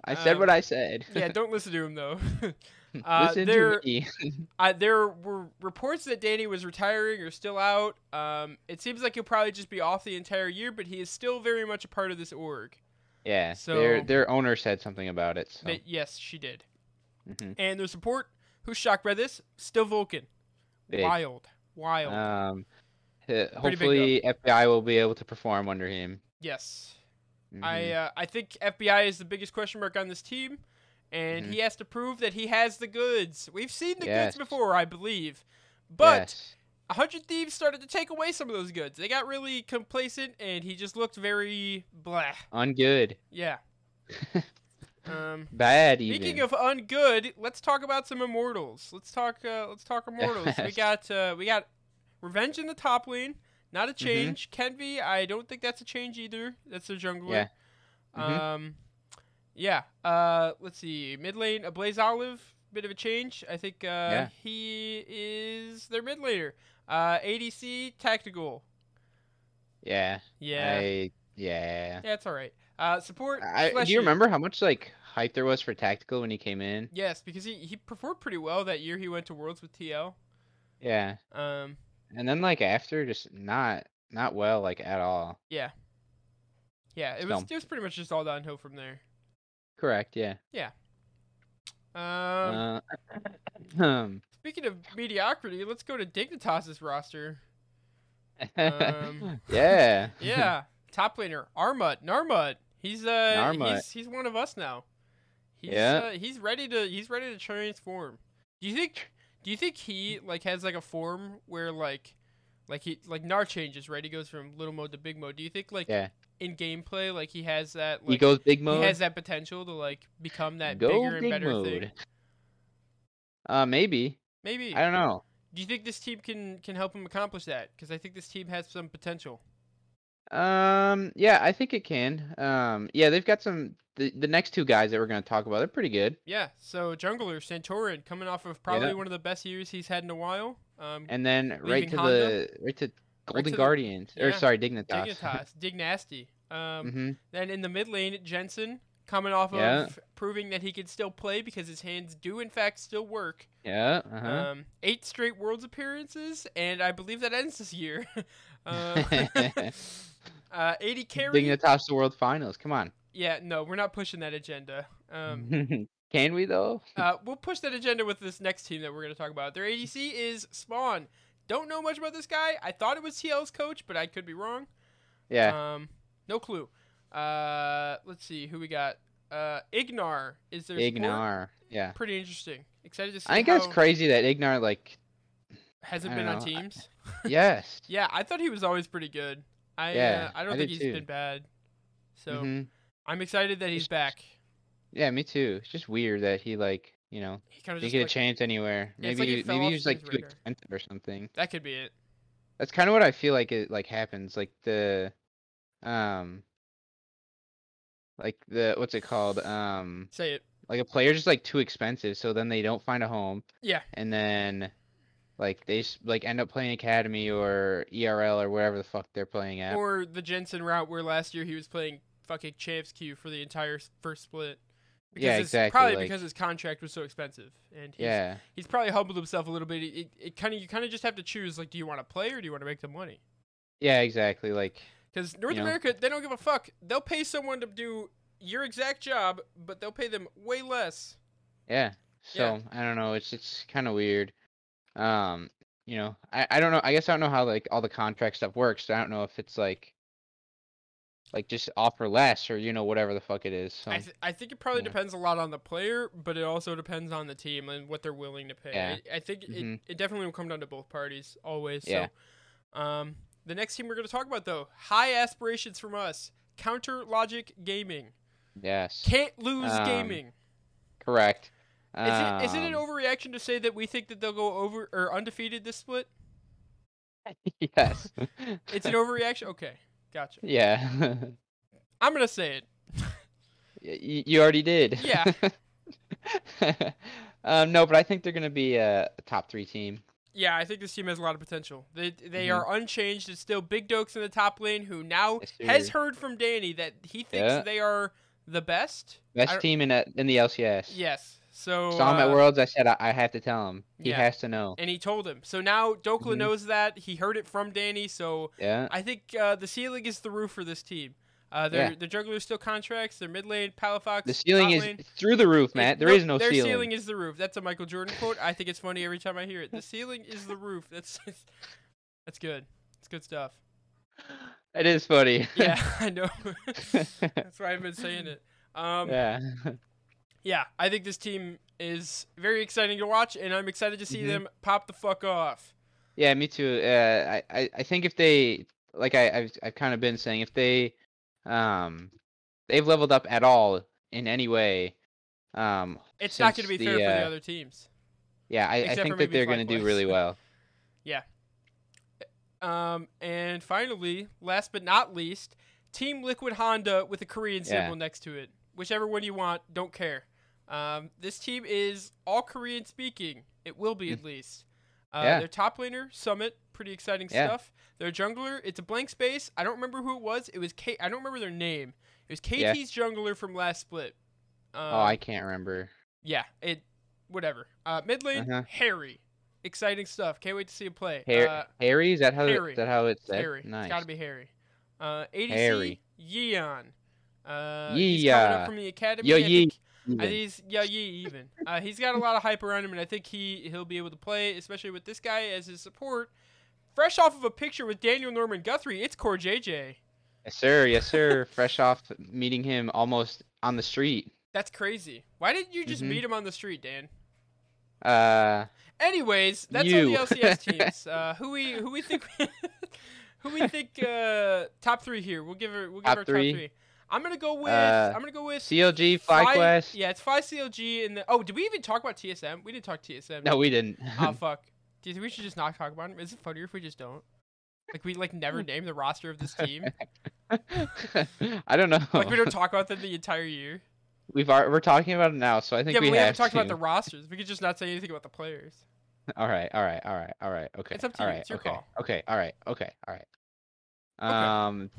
S2: I said
S1: Um,
S2: what I said.
S1: yeah,
S2: <laughs>
S1: don't listen to him though. <laughs> uh,
S2: listen
S1: there-
S2: to me. <laughs>
S1: Uh, there were reports that Danny was retiring or still out. Um, it seems like he'll probably just be off the entire year, but he is still very much a part of this org.
S2: Yeah.
S1: so-
S2: their their owner said something about it. So.
S1: But yes, she did.
S2: mhm,
S1: And their support, who's shocked by this? Still Vulcan.
S2: big.
S1: Wild. Wild.
S2: Um, h-
S1: big
S2: hopefully FBI will be able to perform under him.
S1: yes. I
S2: Mhm.
S1: uh, I think FBI is the biggest question mark on this team, and he has to prove that he has the goods. We've seen the
S2: Mm-hmm. Yes.
S1: goods before, I believe, but
S2: Yes.
S1: a Hundred Thieves started to take away some of those goods. They got really complacent, and he just looked very blah.
S2: ungood, <laughs>
S1: Yeah. um.
S2: bad even.
S1: Speaking of ungood, let's talk about some immortals. Let's talk. Uh, let's
S2: <laughs>
S1: talk immortals. We
S2: Yes.
S1: got. Uh, we got revenge in the top lane. Not
S2: Mm-hmm.
S1: a change. Kenvi, I don't think that's a change either. That's a jungler.
S2: Yeah. Mhm.
S1: Um, yeah. Uh, let's see. Mid lane, a Blaze Olive, bit of a change. I think uh,
S2: Yeah.
S1: he is their mid laner. Uh, ADC tactical.
S2: yeah,
S1: Yeah.
S2: I, yeah.
S1: Yeah, it's all right. Uh, support.
S2: I, do
S1: Fleshy.
S2: you remember how much like hype there was for tactical when he came in?
S1: Yes, because he, he performed pretty well that year. He went to Worlds with TL.
S2: Yeah,
S1: Um,
S2: and then like after, just not not well like at all.
S1: yeah, it was
S2: Still.
S1: it was pretty much just all downhill from there.
S2: Correct. Yeah.
S1: Um,
S2: uh, <laughs> um,
S1: speaking of mediocrity, let's go to Dignitas's
S2: <laughs>
S1: roster. um,
S2: yeah. <laughs>
S1: Yeah, top laner Armut Narmut. He's uh
S2: Narmut.
S1: he's he's one of us now. He's,
S2: Yeah.
S1: uh, he's ready to he's ready to transform. Do you think do you think he like has like a form where like like he like Nar changes right? He goes from little mode to big mode. Do you think like
S2: Yeah.
S1: in gameplay, like he has that.
S2: he
S1: Like,
S2: goes big
S1: he
S2: mode.
S1: has that potential to like become that
S2: Go
S1: bigger and
S2: big
S1: better thing.
S2: mode. Uh, maybe.
S1: Maybe.
S2: I don't know.
S1: Do you think this team can can help him accomplish that? Because I think this team has some potential.
S2: Um, yeah, I think it can. Um, yeah, they've got some. The, the next two guys that we're going to talk about, they're pretty good.
S1: Yeah. So jungler Santorin coming off of probably one of the best years he's had in a while. Um,
S2: And then right
S1: Leaving
S2: to
S1: Honda?
S2: the right to Golden
S1: to the-
S2: Guardians or
S1: yeah,
S2: sorry Dignitas. <laughs>
S1: Dignitas, Dignasty. Um,
S2: hmm
S1: Then in the mid lane, Jensen coming off
S2: Yeah.
S1: of proving that he can still play because his hands do in fact still work.
S2: Yeah. Uh-huh.
S1: Um, eight straight Worlds appearances, and I believe that ends this year. <laughs>
S2: <laughs>
S1: uh, uh, 80 carry.
S2: Dignitas the World Finals. Come on.
S1: yeah, no, we're not pushing that agenda. Um,
S2: <laughs> can we though?
S1: uh, we'll push that agenda with this next team that we're going to talk about. Their ADC is Spawn. Don't know much about this guy. I thought it was TL's coach, but I could be wrong.
S2: Yeah.
S1: Um, no clue. Uh, let's see who we got. Uh, Ignar is their support.
S2: Ignar. Yeah.
S1: Pretty interesting. Excited to see.
S2: I think that's
S1: how-
S2: crazy that Ignar like
S1: <laughs> Hasn't
S2: I
S1: been
S2: don't
S1: on
S2: know. I-
S1: teams.
S2: yes.
S1: Yeah, I thought he was always pretty good. I
S2: Yeah,
S1: uh, I don't
S2: I
S1: think
S2: did
S1: he's
S2: too.
S1: been bad. So
S2: mhm.
S1: I'm excited that he's
S2: Just-
S1: back.
S2: Yeah, me too. It's just weird that he like you know
S1: He kind of just
S2: didn't get a
S1: like-
S2: chance anywhere.
S1: Yeah,
S2: Maybe
S1: it's like he
S2: he,
S1: fell
S2: maybe
S1: off
S2: he was like
S1: his
S2: too
S1: radar.
S2: expensive or something.
S1: that could be it.
S2: That's kind of what I feel like it like happens. Like the, um, like the what's it called? Um,
S1: Say it.
S2: like a player's just like too expensive, so then they don't find a home,
S1: Yeah,
S2: and then like they s- like end up playing academy or ERL or wherever the fuck they're playing at.
S1: or the Jensen route where last year he was playing fucking champs queue for the entire s- first split. Because
S2: Yeah,
S1: his-
S2: exactly,
S1: Probably
S2: like-
S1: because his contract was so expensive, and he's,
S2: yeah,
S1: he's probably humbled himself a little bit. It, it, it kind of you kind of just have to choose like, do you want to play or do you want to make the money?
S2: yeah, exactly. Like
S1: Because North
S2: You know?
S1: America, they don't give a fuck. They'll pay someone to do your exact job, but they'll pay them way less.
S2: Yeah. So
S1: Yeah.
S2: I don't know. It's it's kind of weird. Um, you know, I I don't know. I guess I don't know how like all the contract stuff works. So I don't know if it's like, like just offer less or you know whatever the fuck it is. So
S1: I, th- I think it probably
S2: yeah.
S1: depends a lot on the player, but it also depends on the team and what they're willing to pay.
S2: Yeah.
S1: I, I think it,
S2: Mhm.
S1: it definitely will come down to both parties always.
S2: Yeah.
S1: So, um, the next team we're going to talk about though, high aspirations from us, Counter Logic Gaming.
S2: yes,
S1: Can't lose
S2: Um,
S1: gaming.
S2: correct.
S1: Is it, is it an
S2: Um,
S1: overreaction to say that we think that they'll go over or undefeated this split?
S2: <laughs> Yes. <laughs>
S1: It's an overreaction. Okay, gotcha.
S2: yeah. <laughs>
S1: I'm gonna say it.
S2: you, you already did.
S1: Yeah.
S2: <laughs> um, no, but I think they're gonna be a top three team.
S1: Yeah, I think this team has a lot of potential. They they
S2: Mhm.
S1: are unchanged. It's still Big Dokes in the top lane, who now
S2: Yes,
S1: has
S2: sir.
S1: heard from Danny that he thinks
S2: Yeah.
S1: they are the best.
S2: Best
S1: don't-
S2: team in a, in the LCS.
S1: Yes. So
S2: Saw him at
S1: uh,
S2: Worlds. I said I, I have to tell him. He
S1: yeah.
S2: has to know.
S1: and he told him. So now Dokla
S2: Mhm.
S1: knows that he heard it from Danny. So
S2: Yeah.
S1: I think uh, the ceiling is the roof for this team. Uh, their
S2: Yeah.
S1: their jungler's still contracts. Their mid lane, Palafox.
S2: The ceiling
S1: top
S2: is
S1: lane.
S2: through the roof,
S1: It-
S2: Matt. There
S1: nope,
S2: is no
S1: their
S2: ceiling.
S1: is the roof. That's a Michael Jordan quote. I think it's funny every time I hear it. The ceiling is the roof. That's <laughs> that's good. It's good stuff.
S2: It is funny. <laughs>
S1: Yeah, I know. <laughs> That's why I've been saying it. Um, yeah.
S2: yeah.
S1: I think this team is very exciting to watch, and I'm excited to see
S2: Mhm.
S1: them pop the fuck off.
S2: Yeah, me too. Uh, I, I, I think if they like I, I've I've kind of been saying if they um they've leveled up at all in any way. Um
S1: It's not going to
S2: since
S1: be fair for the
S2: uh,
S1: other teams.
S2: Yeah, I, I
S1: except for
S2: think that
S1: maybe
S2: they're gonna do
S1: Flykewise.
S2: really well.
S1: Um, and finally, last but not least, Team Liquid Honda with a Korean
S2: Yeah.
S1: symbol next to it. Whichever one you want, don't care. Um, this team is all Korean speaking. It will be at least. Uh,
S2: Mm. Yeah.
S1: Their top laner, Summit, pretty exciting
S2: Yeah.
S1: stuff. Their jungler, it's a blank space. I don't remember who it was. It was K. I don't remember their name. It was KT's
S2: Yeah.
S1: jungler from last split. Um,
S2: oh, I can't remember.
S1: yeah. It, whatever. Uh, mid lane,
S2: Uh-huh.
S1: Harry, exciting stuff. Can't wait to see him play.
S2: Har-
S1: uh,
S2: Harry, is that how
S1: Harry.
S2: is that how it's said?
S1: Harry.
S2: Nice.
S1: It's got to be Harry. Uh, ADC
S2: Harry.
S1: Yeon. Uh, he's coming up
S2: Yeah.
S1: from the academy.
S2: Yo
S1: I think- I
S2: Even.
S1: think he's yeah, yeah, even. Uh, he's got a lot of hype around him, and I think he he'll be able to play, especially with this guy as his support. Fresh off of a picture with Daniel Norman Guthrie, it's Core JJ.
S2: Yes sir, yes sir. Fresh off meeting him almost on the street.
S1: That's crazy. Why didn't you just
S2: Mhm.
S1: meet him on the street, Dan?
S2: Uh
S1: Anyways, that's all
S2: You.
S1: the
S2: <laughs>
S1: LCS teams. Uh, who we who we think <laughs> Who we think uh, top three here? We'll give her. We'll give
S2: Top
S1: her
S2: three?
S1: top three. I'm gonna go with.
S2: Uh,
S1: I'm gonna go with.
S2: CLG,
S1: Fly-
S2: FlyQuest.
S1: Yeah, it's Fly CLG and the. Oh, did we even talk about TSM? We didn't talk TSM.
S2: No, we didn't.
S1: Oh fuck. Do you think we should just not talk about him? Is it funnier if we just don't? Like we like
S2: <laughs>
S1: never name the roster of this team.
S2: <laughs> I don't know.
S1: Like we don't talk about them the entire year.
S2: <laughs> We've ar- we're talking about it now, so I think
S1: Yeah, but
S2: we,
S1: we,
S2: have
S1: haven't talked
S2: to.
S1: about the rosters. We could just not say anything about the players.
S2: <laughs> All right, all right, all right, all right. Okay.
S1: It's up to
S2: all
S1: you,
S2: right,
S1: it's your
S2: okay,
S1: call.
S2: Okay, all right, okay, all right.
S1: Okay. <laughs>
S2: Um,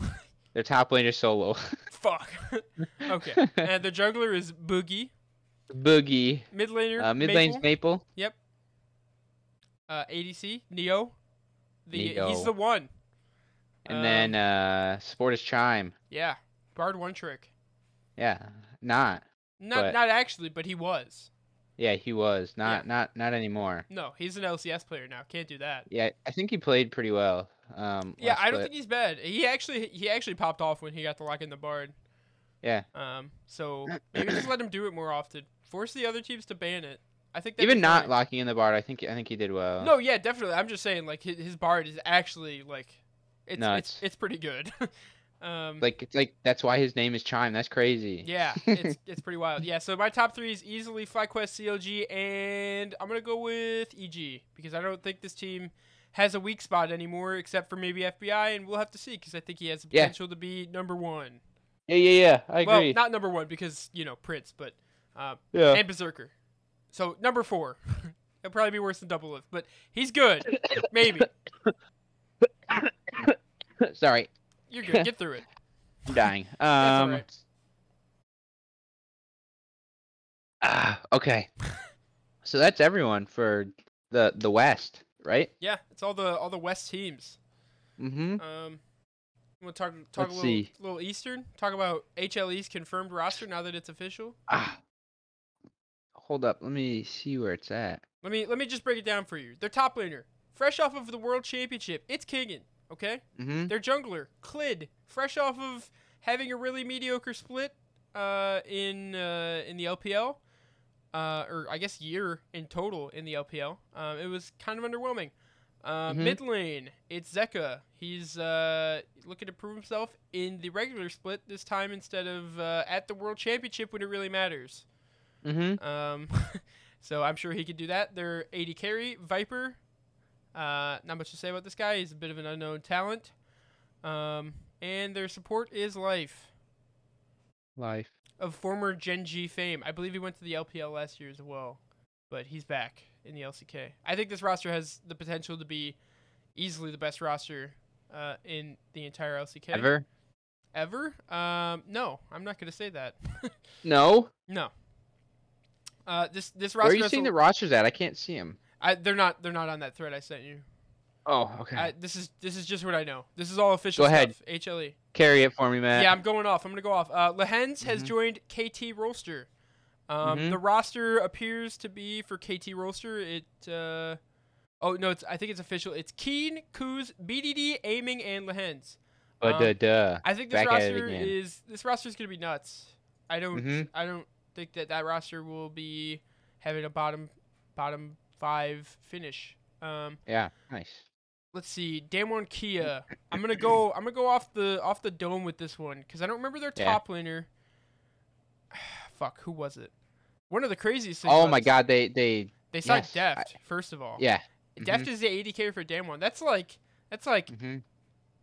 S2: their top lane is solo.
S1: Fuck. <laughs>
S2: <laughs>
S1: okay. And the juggler is Boogie.
S2: Boogie.
S1: Mid laner.
S2: Uh, mid
S1: Maple.
S2: lane's Maple.
S1: uh, ADC Neo. The he's
S2: Neo.
S1: the one.
S2: And
S1: Um,
S2: then uh, support is Chime.
S1: Yeah, Bard one trick.
S2: Yeah, not.
S1: Not
S2: But-
S1: not actually, but he was.
S2: Yeah, he was not not not anymore.
S1: No, he's an LCS player now. Can't do that.
S2: Yeah, I think he played pretty well. Um,
S1: Yeah,
S2: last
S1: I don't
S2: split.
S1: think he's bad. He actually he actually popped off when he got the lock in the Bard.
S2: Yeah.
S1: Um. So maybe just let him do it more often. Force the other teams to ban it. I think that'd
S2: even
S1: be
S2: not
S1: funny.
S2: locking in the bard. I think I think he did well.
S1: No, yeah, definitely. I'm just saying, like his, his Bard is actually like, it's
S2: No,
S1: it's,
S2: it's-
S1: it's pretty good. <laughs> um.
S2: like it's like that's why his name is Chime. That's crazy.
S1: Yeah,
S2: <laughs>
S1: it's it's pretty wild. Yeah, so my top three is easily FlyQuest, CLG, and I'm gonna go with EG because I don't think this team has a weak spot anymore, except for maybe FBI, and we'll have to see because I think he has the
S2: Yeah.
S1: potential to be number one.
S2: yeah, yeah, yeah. I
S1: well,
S2: agree.
S1: not number one because you know Prince, but uh,
S2: yeah.
S1: and Berserker. So number four, <laughs> he'll probably be worse than Double Lift, but he's good. Maybe
S2: <laughs> Sorry,
S1: you're
S2: <laughs>
S1: good. Get through it. <laughs>
S2: I'm dying. Um.
S1: all right.
S2: ah, <sighs> okay. so that's everyone for the the West, right?
S1: Yeah, it's all the all the West teams.
S2: Mm-hmm.
S1: Um, want to talk talk
S2: Let's
S1: a little
S2: see.
S1: little Eastern. Talk about HLE's confirmed roster now that it's official.
S2: Ah. Hold up. Let me see where it's at.
S1: Let me let me just break it down for you. Their top laner, fresh off of the World Championship, it's Kagan. Okay.
S2: Mm-hmm.
S1: Their jungler, Clid, fresh off of having a really mediocre split uh, in uh, in the LPL, uh, or I guess year in total in the LPL. Um, it was kind of underwhelming. Uh,
S2: Mhm.
S1: Mid lane, it's Zeka. He's uh, looking to prove himself in the regular split this time instead of uh, at the World Championship when it really matters.
S2: Mm-hmm.
S1: Um, <laughs> so I'm sure he could do that. Their AD carry Viper. Uh, not much to say about this guy. He's a bit of an unknown talent. Um, and their support is Life
S2: Life.
S1: of former Gen G fame. I believe he went to the LPL last year as well, but he's back in the LCK. I think this roster has the potential to be easily the best roster uh, in the entire LCK
S2: Ever?
S1: Ever? Um, no, I'm not gonna say that. <laughs>
S2: No.
S1: no. Uh, this this roster.
S2: Where are you
S1: has
S2: seeing
S1: a-
S2: the rosters at? I can't see them.
S1: I, they're not. They're not on that thread I sent you.
S2: Oh, okay.
S1: I, this is this is just what I know. This is all official
S2: Go ahead. Uh,
S1: stuff. HLE.
S2: Carry it for me, man.
S1: yeah, I'm going off. I'm gonna go off. Uh, Lehens has
S2: Mhm.
S1: joined KT Rolster. Um,
S2: Mhm.
S1: The roster appears to be for KT Rolster. It. Uh, oh no, it's I think it's official. It's Keen, Kuz, BDD, Aiming, and Lehens.
S2: But
S1: um,
S2: duh, duh.
S1: I think this
S2: Back at it
S1: roster
S2: again.
S1: is this roster is gonna be nuts. I don't
S2: Mhm.
S1: I don't think that that roster will be having a bottom bottom five finish. Um,
S2: Yeah. Nice.
S1: let's see Damwon Kia.
S2: Mm.
S1: I'm gonna go. I'm gonna go off the off the dome with this one because I don't remember their
S2: Yeah.
S1: top laner. <sighs> Fuck, who was it? One of the craziest. things
S2: Oh
S1: about
S2: my
S1: this-
S2: God, they they
S1: They signed
S2: yes, I-
S1: Deft first of all.
S2: yeah.
S1: Deft is the ADK for Damwon. That's like that's like
S2: Mm-hmm.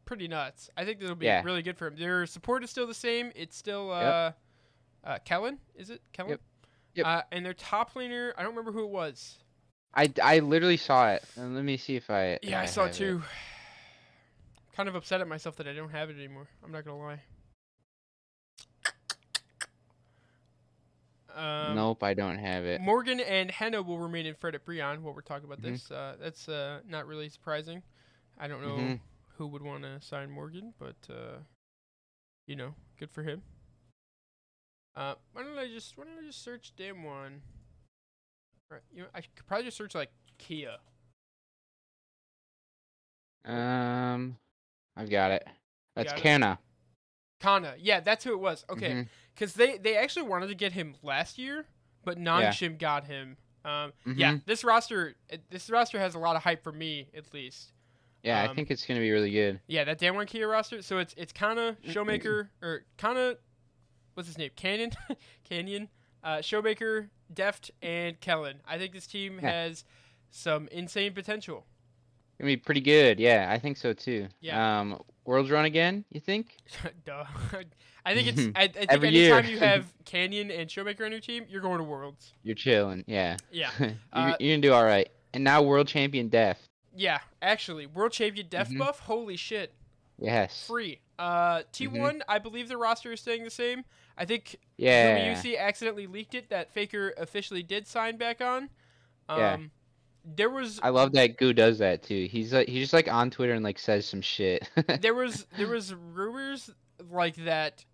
S1: pretty nuts. I think that'll be
S2: Yeah.
S1: really good for him. Their support is still the same. It's still uh, uh Kellen. Is it Kellen?
S2: Yep. Yep.
S1: Uh, and their top laner, I don't remember who it was.
S2: I I literally saw it. And let me see if I
S1: Yeah, I saw
S2: have
S1: it
S2: it.
S1: too. <sighs> kind of upset at myself that I don't have it anymore. I'm not gonna lie. Um,
S2: nope, I don't have it.
S1: Morgan and Henna will remain in Fred at Breon while we're talking about
S2: Mhm.
S1: this. Uh, that's uh, not really surprising. I don't know
S2: Mhm.
S1: who would want to sign Morgan, but uh, you know, good for him. Uh, why don't I just why don't I just search damn one? Right, you know, I could probably just search like Kia.
S2: Um, I've got it. That's
S1: got it?
S2: Kana.
S1: Kana, yeah, that's who it was. Okay,
S2: Mhm,
S1: because they they actually wanted to get him last year, but non-shim got him. Um, Yeah,
S2: mhm.
S1: this roster it- this roster has a lot of hype for me at least.
S2: Yeah, I
S1: Um,
S2: think it's gonna be really good.
S1: Yeah, that Dan Wankia roster. So it's it's Kana Showmaker or Kana, what's his name? <laughs> Canyon, Canyon, uh, Showmaker, Deft, and Kellen. I think this team
S2: Yeah.
S1: has some insane potential. <laughs>
S2: Gonna be pretty good. Yeah, I think so too.
S1: Yeah.
S2: Um, Worlds Run again? You think?
S1: Duh. <laughs> I think
S2: <laughs>
S1: it's I, I think
S2: Every year.
S1: anytime you
S2: <laughs>
S1: have Canyon and Showmaker on your team, you're going to Worlds.
S2: You're chilling. Yeah. <laughs>
S1: Yeah,
S2: you're,
S1: uh,
S2: you're gonna do all right. And now world champion Def.
S1: yeah. Actually, World Champion Def
S2: Mhm.
S1: Buff. Holy shit.
S2: Yes.
S1: Free.
S2: Mm-hmm.
S1: Uh, T1. I believe the roster is staying the same. I think
S2: Yeah.
S1: WC accidentally leaked it that Faker officially did sign back on. Um,
S2: Yeah.
S1: There
S2: <laughs>
S1: was
S2: I love that Goo does that too. He's like he's just like on Twitter and like says some shit. <laughs>
S1: there was there was rumors like that.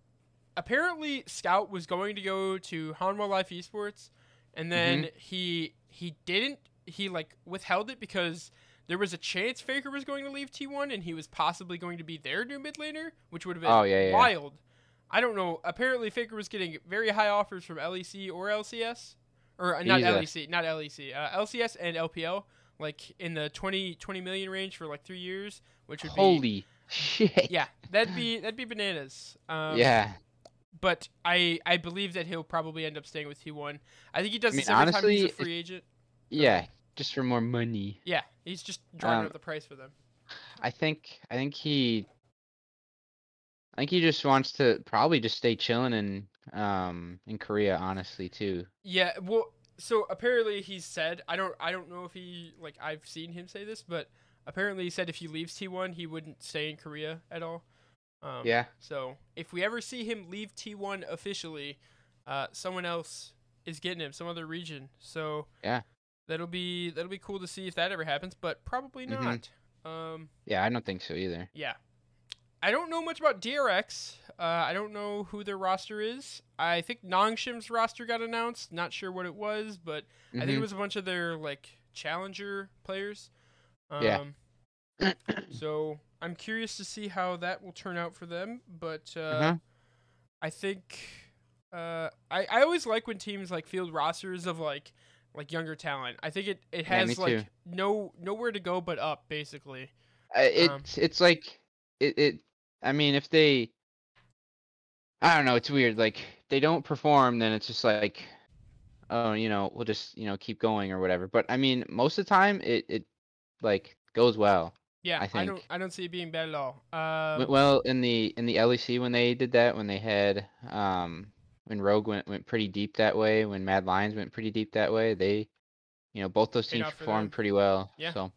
S1: Apparently, Scout was going to go to Hanwha Life Esports, and then
S2: Mm-hmm.
S1: he he didn't. He like withheld it because there was a chance Faker was going to leave T1 and he was possibly going to be their new mid laner, which would have been
S2: Oh, yeah, yeah.
S1: wild. I don't know. Apparently, Faker was getting very high offers from LEC or LCS, or uh, not
S2: Jesus.
S1: LEC, not LEC, uh, LCS and LPL, like in the 20, 20 million range for like three years, which would be
S2: Holy shit.
S1: yeah, that'd be that'd be bananas. Um,
S2: <laughs> yeah.
S1: but I I believe that he'll probably end up staying with T1. I think he does
S2: I mean,
S1: this every time he's
S2: honestly,
S1: a free agent.
S2: Yeah. Just for more money.
S1: Yeah, he's just driving
S2: Um,
S1: up the price for them.
S2: I think I think he I think he just wants to probably just stay chilling in um in Korea honestly too.
S1: Yeah, well, so apparently he said I don't I don't know if he like I've seen him say this, but apparently he said if he leaves T1, he wouldn't stay in Korea at all. Um,
S2: Yeah.
S1: So if we ever see him leave T1 officially, uh, someone else is getting him, some other region. So
S2: Yeah.
S1: that'll be that'll be cool to see if that ever happens, but probably
S2: Mhm.
S1: not. Um,
S2: Yeah, I don't think so either.
S1: yeah, I don't know much about DRX. Uh, I don't know who their roster is. I think Nongshim's roster got announced. Not sure what it was, but I think it
S2: Mhm.
S1: was a bunch of their like challenger players. Um,
S2: Yeah. <clears throat>
S1: so I'm curious to see how that will turn out for them, but uh,
S2: Uh-huh.
S1: I think uh, I I always like when teams like field rosters of like like younger talent. I think it it
S2: Yeah, me
S1: has like
S2: too.
S1: no nowhere to go but up basically.
S2: I- it's
S1: Um,
S2: it's like it, it i mean if they i don't know it's weird like if they don't perform then it's just like oh you know we'll just you know keep going or whatever but i mean most of the time it it like goes well
S1: Yeah,
S2: I
S1: I, don't
S2: think-
S1: I don't see it being bad at all.
S2: Went
S1: Um,
S2: well in the in the lec when they did that when they had um when rogue went went pretty deep that way when mad lions went pretty deep that way they you know both those
S1: Paid
S2: teams
S1: off for them.
S2: performed pretty well
S1: Yeah.
S2: so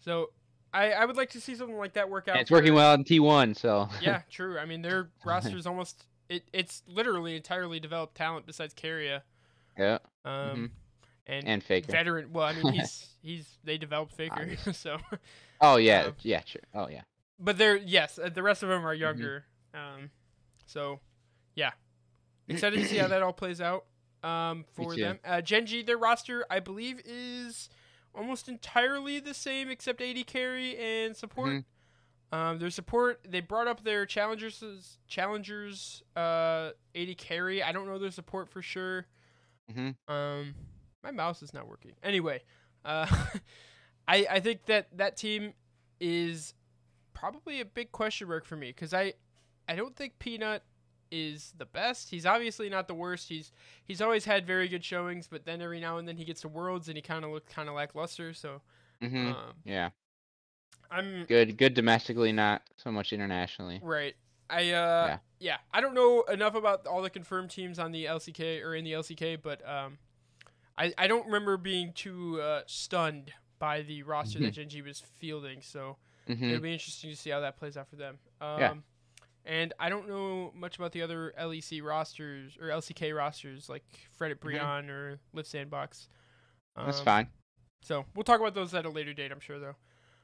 S1: so I I would like to see something like that work out.
S2: and it's working
S1: for-
S2: well in t1 so
S1: <laughs> yeah, true. I mean, their roster's almost it, it's literally entirely developed talent besides Caria.
S2: <laughs> yeah
S1: Um,
S2: Mhm.
S1: and,
S2: and faker
S1: veteran. Well, I
S2: <laughs>
S1: mean, he's he's they developed Faker, <laughs>
S2: Obviously.
S1: so.
S2: Oh yeah,
S1: Um,
S2: yeah, sure. Oh yeah.
S1: But they're yes, uh, the rest of them
S2: Mm-hmm.
S1: are younger. Um, so yeah, excited to see how that all plays out. Um,
S2: Me
S1: for
S2: too.
S1: them, uh, Genji, their roster I believe is almost entirely the same except AD carry and support.
S2: Mhm.
S1: Um, their support they brought up their challengers challengers uh AD carry. I don't know their support for sure.
S2: Mhm.
S1: Um, my mouse is not working. Anyway, uh, <laughs> I I think that that team is probably a big question mark for me because I I don't think Peanut is the best. He's obviously not the worst. He's he's always had very good showings, but then every now and then he gets to Worlds and he kind of looked kind of lackluster. So
S2: hmm
S1: um,
S2: yeah.
S1: I'm
S2: Good. Good domestically, not so much internationally.
S1: Right. I uh yeah.
S2: Yeah.
S1: I don't know enough about all the confirmed teams on the LCK or in the LCK, but um I I don't remember being too uh stunned by the roster that Genji was fielding, so
S2: hmm
S1: it'll be interesting to see how that plays out for them. Um
S2: Yeah.
S1: and I don't know much about the other LEC rosters or LCK rosters like Frederick Breon or Lift Sandbox. Um,
S2: Mm-hmm. That's fine.
S1: So we'll talk about those at a later date, I'm sure though.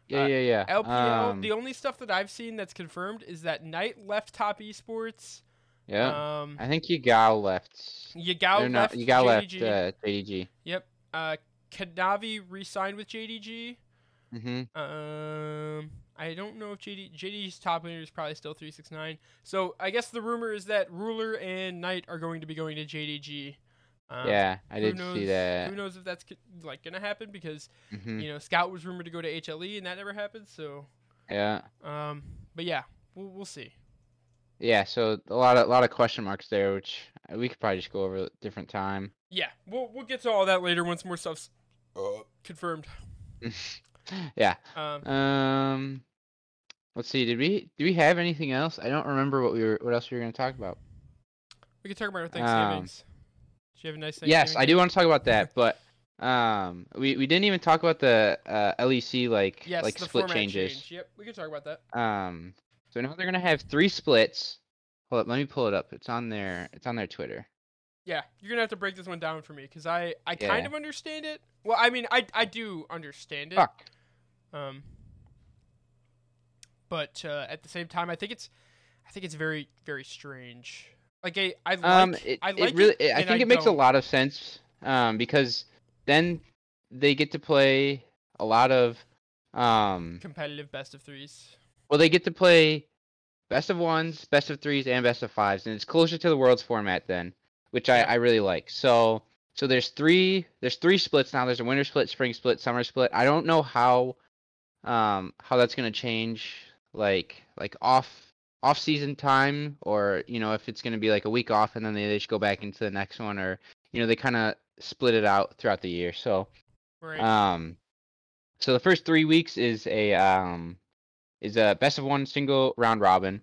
S2: Yeah,
S1: uh,
S2: yeah, yeah.
S1: LPL,
S2: Um,
S1: the only stuff that I've seen that's confirmed is that Knight left top esports.
S2: yeah.
S1: Um,
S2: I think Yagao left.
S1: Yagao
S2: Or no,
S1: left
S2: Yagao left.
S1: JDG.
S2: Uh, JDG.
S1: yep. Uh, Kanavi re-signed with JDG.
S2: hmm
S1: Um, I don't know if JD JDG's top laner is probably still three six nine. So I guess the rumor is that Ruler and Knight are going to be going to JDG. Um,
S2: yeah,
S1: who
S2: I did
S1: knows,
S2: see that.
S1: Who knows if that's c- like gonna happen because
S2: hmm
S1: you know Scout was rumored to go to HLE and that never happened. So,
S2: Yeah,
S1: um, but yeah, we'll we'll see.
S2: yeah. So a lot of a lot of question marks there, which uh, we could probably just go over at a different time.
S1: Yeah, we'll we'll get to all that later once more stuff's uh, confirmed.
S2: <laughs> yeah.
S1: Um,
S2: Um. Let's see. Did we do we have anything else? I don't remember what we were what else we were going to talk about.
S1: we can talk about our Thanksgivings. Did you have a nice Thanksgiving?
S2: um, Yes, I
S1: Dave?
S2: do want to talk about that, but um, we, we didn't even talk about the uh, LEC like
S1: Yes,
S2: like
S1: the
S2: split
S1: format
S2: changes.
S1: Change. Yep, we can talk about that.
S2: Um, so now they're gonna have three splits. Hold up, let me pull it up. It's on their it's on their Twitter.
S1: Yeah, you're gonna have to break this one down for me because I I kind
S2: Yeah.
S1: of understand it. Well, I mean, I I do understand it.
S2: Fuck.
S1: Um, but uh, at the same time, I think it's I think it's very very strange. Like I I like,
S2: Um, it,
S1: I
S2: it
S1: like
S2: really
S1: it,
S2: I
S1: and
S2: think
S1: I
S2: it makes
S1: don't.
S2: a lot of sense. Um, because then they get to play a lot of um
S1: competitive best of threes.
S2: Well, they get to play best of ones, best of threes, and best of fives, and it's closer to the world's format then, which I,
S1: Yeah.
S2: I really like. So so there's three there's three splits now. There's a winter split, spring split, summer split. I don't know how um how that's gonna change like like off off season time or you know if it's gonna be like a week off and then they just go back into the next one or you know they kind of split it out throughout the year. So
S1: Right.
S2: um, so the first three weeks is a um, is a best of one single round robin,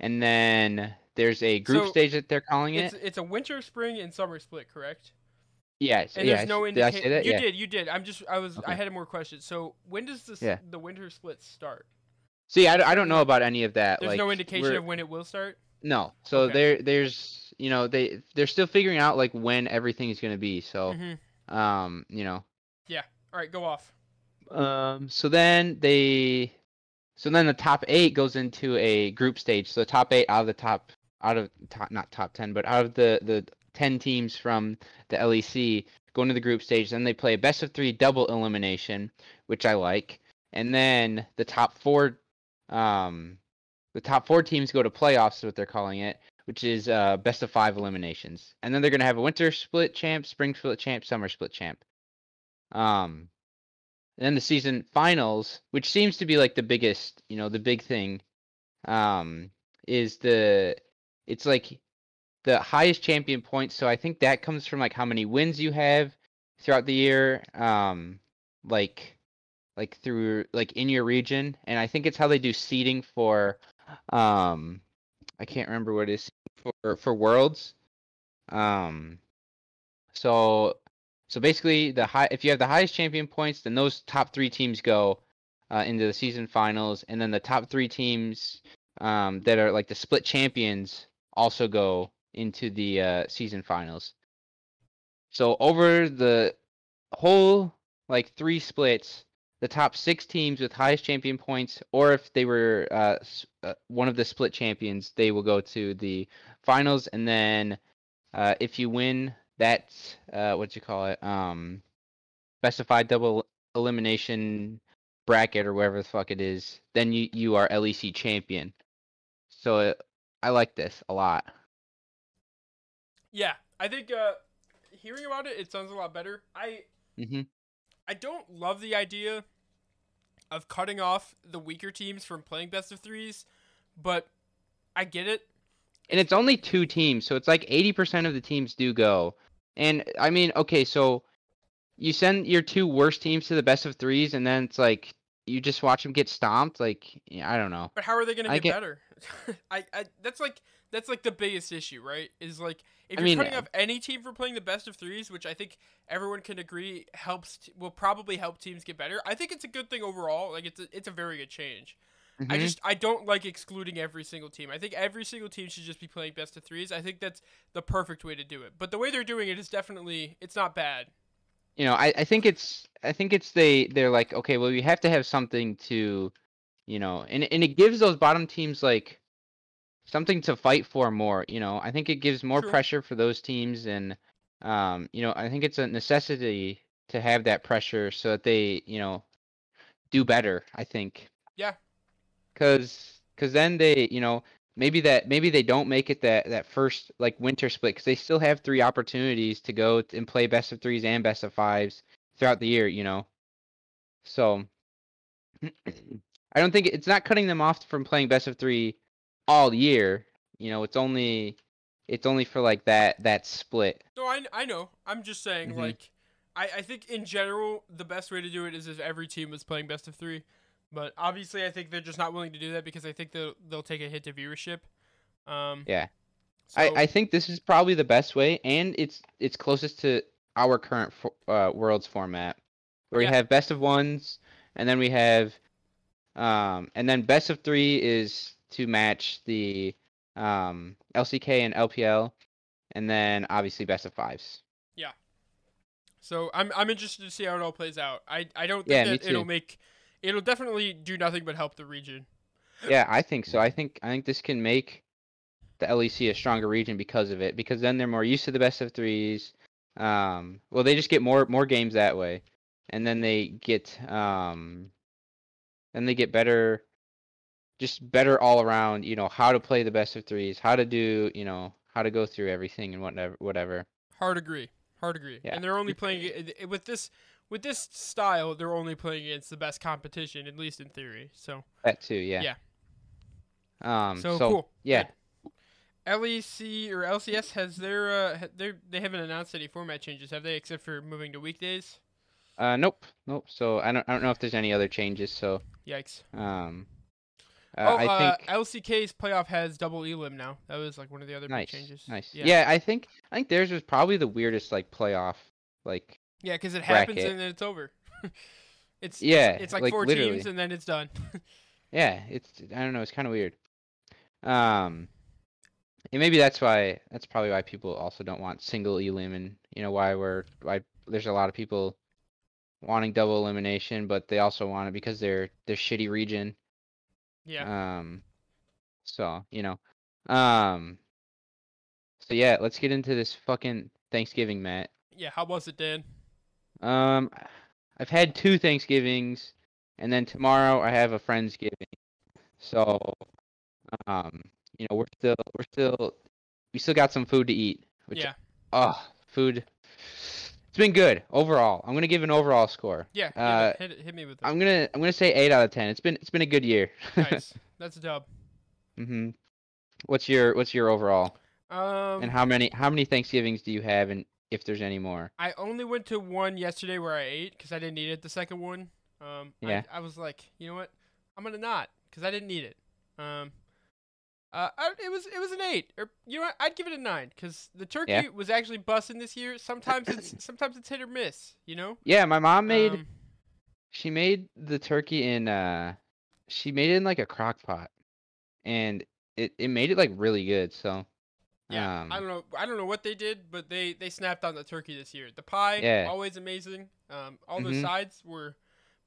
S2: and then there's a group
S1: So,
S2: stage that they're calling
S1: it's
S2: it.
S1: it's a winter, spring, and summer split, correct?
S2: Yes,
S1: And
S2: yes.
S1: there's no
S2: Did I say
S1: indication.
S2: that?
S1: You
S2: yeah.
S1: did, you did. I'm just, I was, I
S2: Okay.
S1: had more questions. So when does this
S2: Yeah.
S1: the winter split start?
S2: See, I, d- I don't know about any of that.
S1: There's
S2: Uh, like,
S1: no indication
S2: we're-
S1: of when it will start.
S2: No. So
S1: Okay.
S2: there there's you know they they're still figuring out like when everything is gonna be. So
S1: Mhm.
S2: um you know
S1: All right, go off.
S2: Um, so then they, so then the top eight goes into a group stage. So the top eight out of the top, out of top, not top ten, but out of the the ten teams from the LEC go into the group stage. Then they play a best of three double elimination, which I like. And then the top four, um, the top four teams go to playoffs, is what they're calling it, which is uh best of five eliminations. And then they're gonna have a winter split champ, spring split champ, summer split champ. Um. And then the season finals, which seems to be like the biggest, you know, the big thing, um, is the it's like the highest champion points. So I think that comes from like how many wins you have throughout the year, um, like like through like in your region, and I think it's how they do seeding for, um, I can't remember what it is for for worlds, um, so so basically, the high if you have the highest champion points, then those top three teams go uh, into the season finals, and then the top three teams um, that are like the split champions also go into the uh, season finals. So over the whole like three splits, the top six teams with highest champion points, or if they were uh, s- uh, one of the split champions, they will go to the finals, and then uh, if you win that uh, what you call it um specified double elimination bracket or whatever the fuck it is then you you are lec champion so uh, i like this a lot
S1: Yeah, I think uh, hearing about it, it sounds a lot better. I
S2: hmm
S1: I don't love the idea of cutting off the weaker teams from playing best of threes, but I get it.
S2: and it's only two teams so it's like 80% of the teams do go and i mean okay so you send your two worst teams to the best of threes and then it's like you just watch them get stomped like yeah, i don't know
S1: But how are they going to
S2: I
S1: get,
S2: get-
S1: better? <laughs> I, I that's like that's like the biggest issue, right? Is like if
S2: I
S1: you're
S2: mean,
S1: cutting
S2: uh,
S1: off any team from playing the best of threes, which I think everyone can agree helps t- will probably help teams get better. I think it's a good thing overall. Like it's a, it's a very good change. I
S2: Mhm.
S1: just I don't like excluding every single team. I think every single team should just be playing best of threes. I think that's the perfect way to do it. But the way they're doing it is definitely it's not bad.
S2: you know, I, I think it's I think it's they they're like, okay, well we have to have something to you know and and it gives those bottom teams like something to fight for more, you know. I think it gives more
S1: True.
S2: pressure for those teams and um, you know, I think it's a necessity to have that pressure so that they, you know, do better, I think.
S1: Yeah.
S2: Cause cause then they, you know, Maybe that maybe they don't make it that that first like winter split because they still have three opportunities to go t- and play best of threes and best of fives throughout the year. You know, so <clears throat> I don't think it's not cutting them off from playing best of three all year. You know, it's only it's only for like that that split.
S1: No, I, I know. I'm just saying,
S2: Mhm.
S1: like, I, I think in general, the best way to do it is if every team was playing best of three. But obviously, I think they're just not willing to do that because I think they'll, they'll take a hit to viewership. Um,
S2: Yeah.
S1: So,
S2: I, I think this is probably the best way, and it's it's closest to our current fo- uh, worlds format, where
S1: Yeah.
S2: we have best of ones, and then we have, um, and then best of three is to match the um, LCK and LPL, and then obviously best of fives.
S1: so I'm, I'm interested to see how it all plays out. I, I don't
S2: Yeah,
S1: think
S2: me
S1: that it'll
S2: too.
S1: make. It'll definitely do nothing but help the region.
S2: Yeah, I think so. I think I think this can make the LEC a stronger region because of it, because then they're more used to the best of threes. Um, well, they just get more more games that way, and then they get um, then they get better, just better all around. You know how to play the best of threes, how to do you know how to go through everything and whatever whatever.
S1: Hard agree. Hard agree.
S2: Yeah.
S1: And they're only playing it- it- with this with this style. They're only playing against the best competition, at least in theory. So
S2: That too, yeah.
S1: Yeah.
S2: Um.
S1: so,
S2: So,
S1: cool.
S2: yeah,
S1: LEC E or LCS has their uh ha- their they haven't announced any format changes, have they? Except for moving to weekdays.
S2: uh, nope, nope. So I don't I don't know if there's any other changes. So
S1: Yikes.
S2: um, uh,
S1: oh,
S2: I
S1: uh,
S2: think.
S1: LCK's playoff has double elim now. That was like one of the other
S2: nice,
S1: big changes.
S2: Nice.
S1: Yeah.
S2: Yeah. I think I think theirs was probably the weirdest like playoff. Like
S1: Yeah, because it happens
S2: Bracket.
S1: and then it's over. <laughs> it's
S2: yeah,
S1: it's like,
S2: like
S1: four
S2: literally.
S1: teams and then it's done.
S2: Yeah, it's I don't know, it's kind of weird. Um, and maybe that's why that's probably why people also don't want single elim, and you know why we're why there's a lot of people wanting double elimination, but they also want it because they're they're shitty region.
S1: yeah.
S2: Um, so you know, um, so yeah, let's get into this fucking Thanksgiving, Matt.
S1: yeah. How was it, Dan?
S2: Um, I've had two Thanksgivings, and then tomorrow I have a friendsgiving. So, um, you know, we're still, we're still, we still got some food to eat. Which,
S1: yeah.
S2: Oh, food. It's been good overall. I'm gonna give an overall score.
S1: Yeah.
S2: uh,
S1: yeah hit, it- hit me with it.
S2: I'm gonna, I'm gonna say eight out of ten. It's been, it's been a good year. <laughs>
S1: nice. That's a dub.
S2: hmm What's your, what's your overall?
S1: Um,
S2: And how many, how many Thanksgivings do you have, and if there's any more?
S1: I only went to one yesterday where I ate because I didn't need it. The second one, um, I-
S2: Yeah.
S1: I, was like, you know what, I'm gonna not because I didn't need it. Um, uh, I, it was it was an eight, or you know what, I'd give it a nine because the turkey was actually busting this year. Sometimes
S2: <coughs>
S1: it's sometimes it's hit or miss, you know.
S2: Yeah, my mom made.
S1: Um,
S2: She made the turkey in uh she made it in like a crock pot and it, it made it like really good, so
S1: yeah,
S2: um
S1: I don't know, I don't know what they did, but they they snapped on the turkey this year. The pie,
S2: Yeah.
S1: always amazing. Um, all the
S2: Mhm.
S1: sides were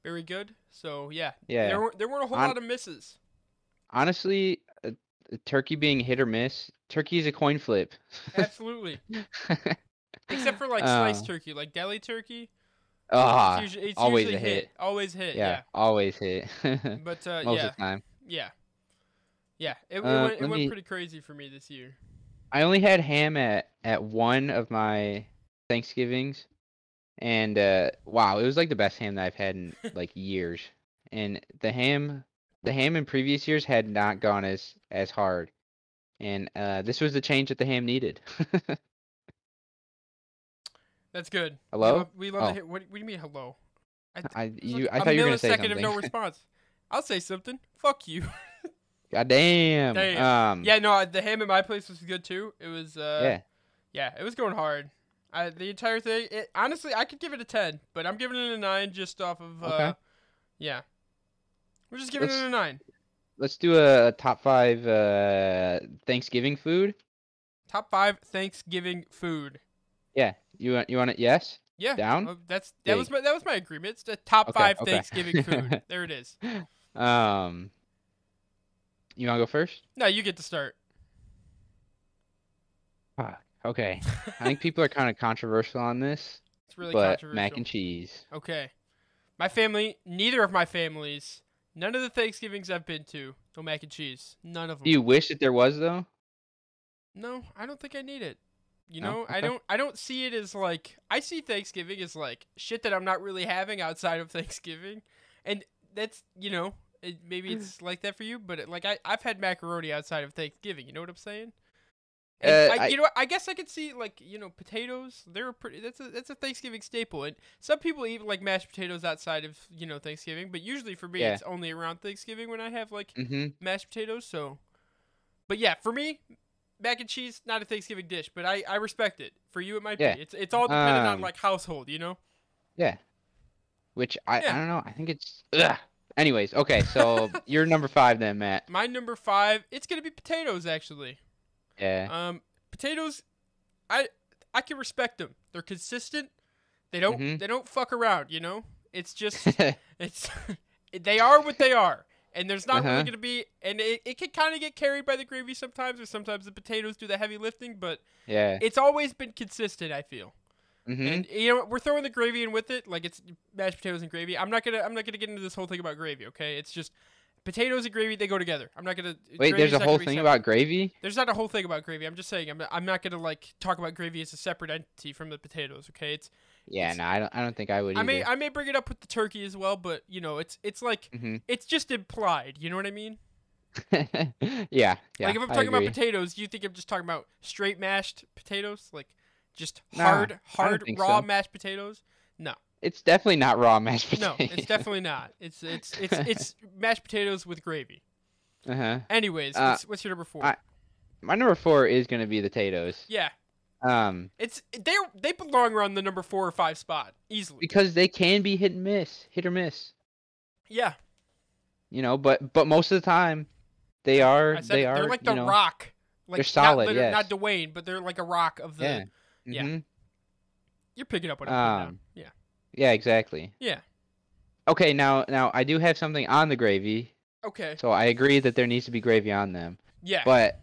S1: very good. So yeah,
S2: yeah.
S1: there weren't there weren't a whole
S2: Hon-
S1: lot of misses.
S2: Honestly, uh, uh, turkey being hit or miss, turkey is a coin flip. <laughs>
S1: Absolutely. Except for like
S2: Uh,
S1: sliced turkey, like deli turkey.
S2: Ah,
S1: it's usually, it's
S2: always
S1: usually
S2: a hit.
S1: Always hit.
S2: yeah,
S1: Yeah.
S2: always hit. <laughs> Most
S1: But uh,
S2: of
S1: yeah,
S2: the time.
S1: yeah, yeah. It, it
S2: Uh,
S1: went, it
S2: let
S1: went
S2: me-
S1: pretty crazy for me this year.
S2: I only had ham at at one of my Thanksgivings, and uh, wow, it was like the best ham that I've had
S1: <laughs>
S2: in like years. And the ham, the ham in previous years had not gone as as hard, and uh, this was the change that the ham needed. <laughs>
S1: That's good.
S2: Hello?
S1: We love, we love to
S2: Oh.
S1: hear- what, what do you mean hello?
S2: I
S1: It was
S2: you,
S1: like
S2: I
S1: a
S2: thought you were gonna say
S1: millisecond of
S2: something. <laughs>
S1: no response. I'll say something. Fuck you.
S2: God damn.
S1: Damn.
S2: Um,
S1: yeah, no, the ham at my place was good too. It was. Uh,
S2: yeah.
S1: Yeah, it was going hard. I, the entire thing. It, honestly, I could give it a ten, but I'm giving it a nine just off of. Uh,
S2: Okay.
S1: Yeah. We're just giving
S2: Let's-
S1: it a nine.
S2: Let's do a top five uh, Thanksgiving food.
S1: Top five Thanksgiving food.
S2: Yeah, you want you want it? Yes.
S1: Yeah.
S2: Down?
S1: uh, that's that was
S2: Big.
S1: my that was my agreement. It's the top
S2: Okay,
S1: five
S2: okay.
S1: Thanksgiving
S2: <laughs>
S1: food. There it is.
S2: Um, you want to go first?
S1: No, you get to start. <laughs>
S2: Fuck. Okay. I think people are kind of controversial on this,
S1: It's really
S2: but
S1: controversial.
S2: mac and cheese.
S1: Okay. My family, neither of my families, none of the Thanksgivings I've been to, No mac and cheese. None of them.
S2: Do you wish that there was though?
S1: No, I don't think I need it. You
S2: No?
S1: know, I
S2: Okay.
S1: don't. I don't see it as like. I see Thanksgiving as like shit that I'm not really having outside of <laughs> Thanksgiving, and that's you know it, maybe
S2: Mm.
S1: it's like that for you, but it, like I I've had macaroni outside of Thanksgiving. You know what I'm saying? And
S2: Uh,
S1: I,
S2: I-
S1: you know, what, I guess I could see like you know potatoes. They're a pretty. That's a that's a Thanksgiving staple, and some people eat like mashed potatoes outside of you know Thanksgiving. But usually for me,
S2: Yeah.
S1: it's only around Thanksgiving when I have like
S2: Mm-hmm.
S1: mashed potatoes. So, but yeah, for me, mac and cheese not a Thanksgiving dish, but I, I respect it. For you, it might
S2: Yeah.
S1: be. It's it's all dependent on
S2: Um,
S1: like household, you know.
S2: Which I,
S1: Yeah.
S2: I don't know. I think it's. Ugh. Anyways, okay.
S1: <laughs>
S2: So you're number five then, Matt.
S1: My number five, it's gonna be potatoes actually.
S2: Yeah.
S1: Um, potatoes, I I can respect them. They're consistent. They don't
S2: Mhm.
S1: they don't fuck around, you know. It's
S2: <laughs>
S1: just it's <laughs> they are what they are. And there's not really
S2: Uh-huh.
S1: going to be, and it, it can kind of get carried by the gravy sometimes, or sometimes the potatoes do the heavy lifting, but
S2: yeah.
S1: it's always been consistent, I feel.
S2: Mm-hmm.
S1: And you know what? we're throwing the gravy in with it, like it's mashed potatoes and gravy. I'm not gonna I'm not gonna get into this whole thing about gravy, okay? It's just potatoes and gravy they go together. I'm not gonna
S2: Wait,
S1: gravy's
S2: there's a
S1: not
S2: whole
S1: gonna be
S2: thing
S1: separate.
S2: about gravy.
S1: there's not a whole thing about gravy. I'm just saying I'm I'm not gonna like talk about gravy as a separate entity from the potatoes, okay? It's
S2: Yeah.
S1: It's-
S2: No, I don't. I don't think I would.
S1: I
S2: Either.
S1: may I may bring it up with the turkey as well, but you know it's it's like
S2: Mhm.
S1: it's just implied. You know what I mean?
S2: <laughs> yeah. Yeah.
S1: like if I'm
S2: I
S1: talking
S2: agree.
S1: about potatoes, you think I'm just talking about straight mashed potatoes, like just
S2: Nah,
S1: hard hard
S2: think
S1: raw
S2: so.
S1: mashed potatoes.
S2: It's definitely not raw mashed
S1: No,
S2: potatoes. <laughs>
S1: it's definitely not. It's it's it's it's mashed potatoes with gravy.
S2: Uh huh.
S1: Anyways,
S2: Uh,
S1: what's, what's your number four?
S2: I- My number four is gonna be the potatoes.
S1: yeah,
S2: Um,
S1: it's they they belong around the number four or five spot easily.
S2: because they can be hit and miss, hit or miss.
S1: Yeah,
S2: You know, but but most of the time, they are
S1: I said
S2: they
S1: it.
S2: are
S1: they're like the
S2: you know,
S1: rock. Like
S2: solid,
S1: Not, liter-
S2: yes.
S1: not Dwayne, but they're like a rock of the.
S2: Yeah.
S1: yeah.
S2: mhm.
S1: You're picking up what I'm putting down.
S2: Um,
S1: Yeah.
S2: Yeah, exactly.
S1: Yeah.
S2: Okay, now now I do have something on the gravy,
S1: Okay.
S2: so I agree that there needs to be gravy on them.
S1: Yeah.
S2: But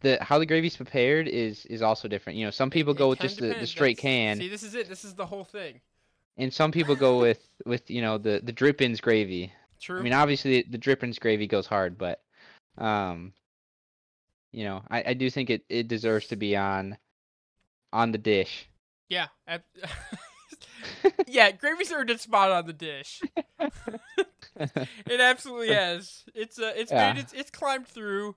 S2: the how the gravy's prepared is is also different. You know, some
S1: It-
S2: people
S1: it
S2: go with
S1: kinda
S2: just the, the
S1: depends.
S2: straight
S1: That's-
S2: can,
S1: See, this is it. This is the whole thing.
S2: and some
S1: <laughs>
S2: people go with with you know the the drippings gravy.
S1: True.
S2: I mean, obviously the drippings gravy goes hard, but um, you know, I I do think it it deserves to be on on the dish.
S1: yeah.
S2: <laughs>
S1: ab- <laughs> yeah. Gravy's earned its spot on the dish.
S2: <laughs>
S1: It absolutely has. It's uh, it's
S2: Yeah.
S1: made it's it's climbed through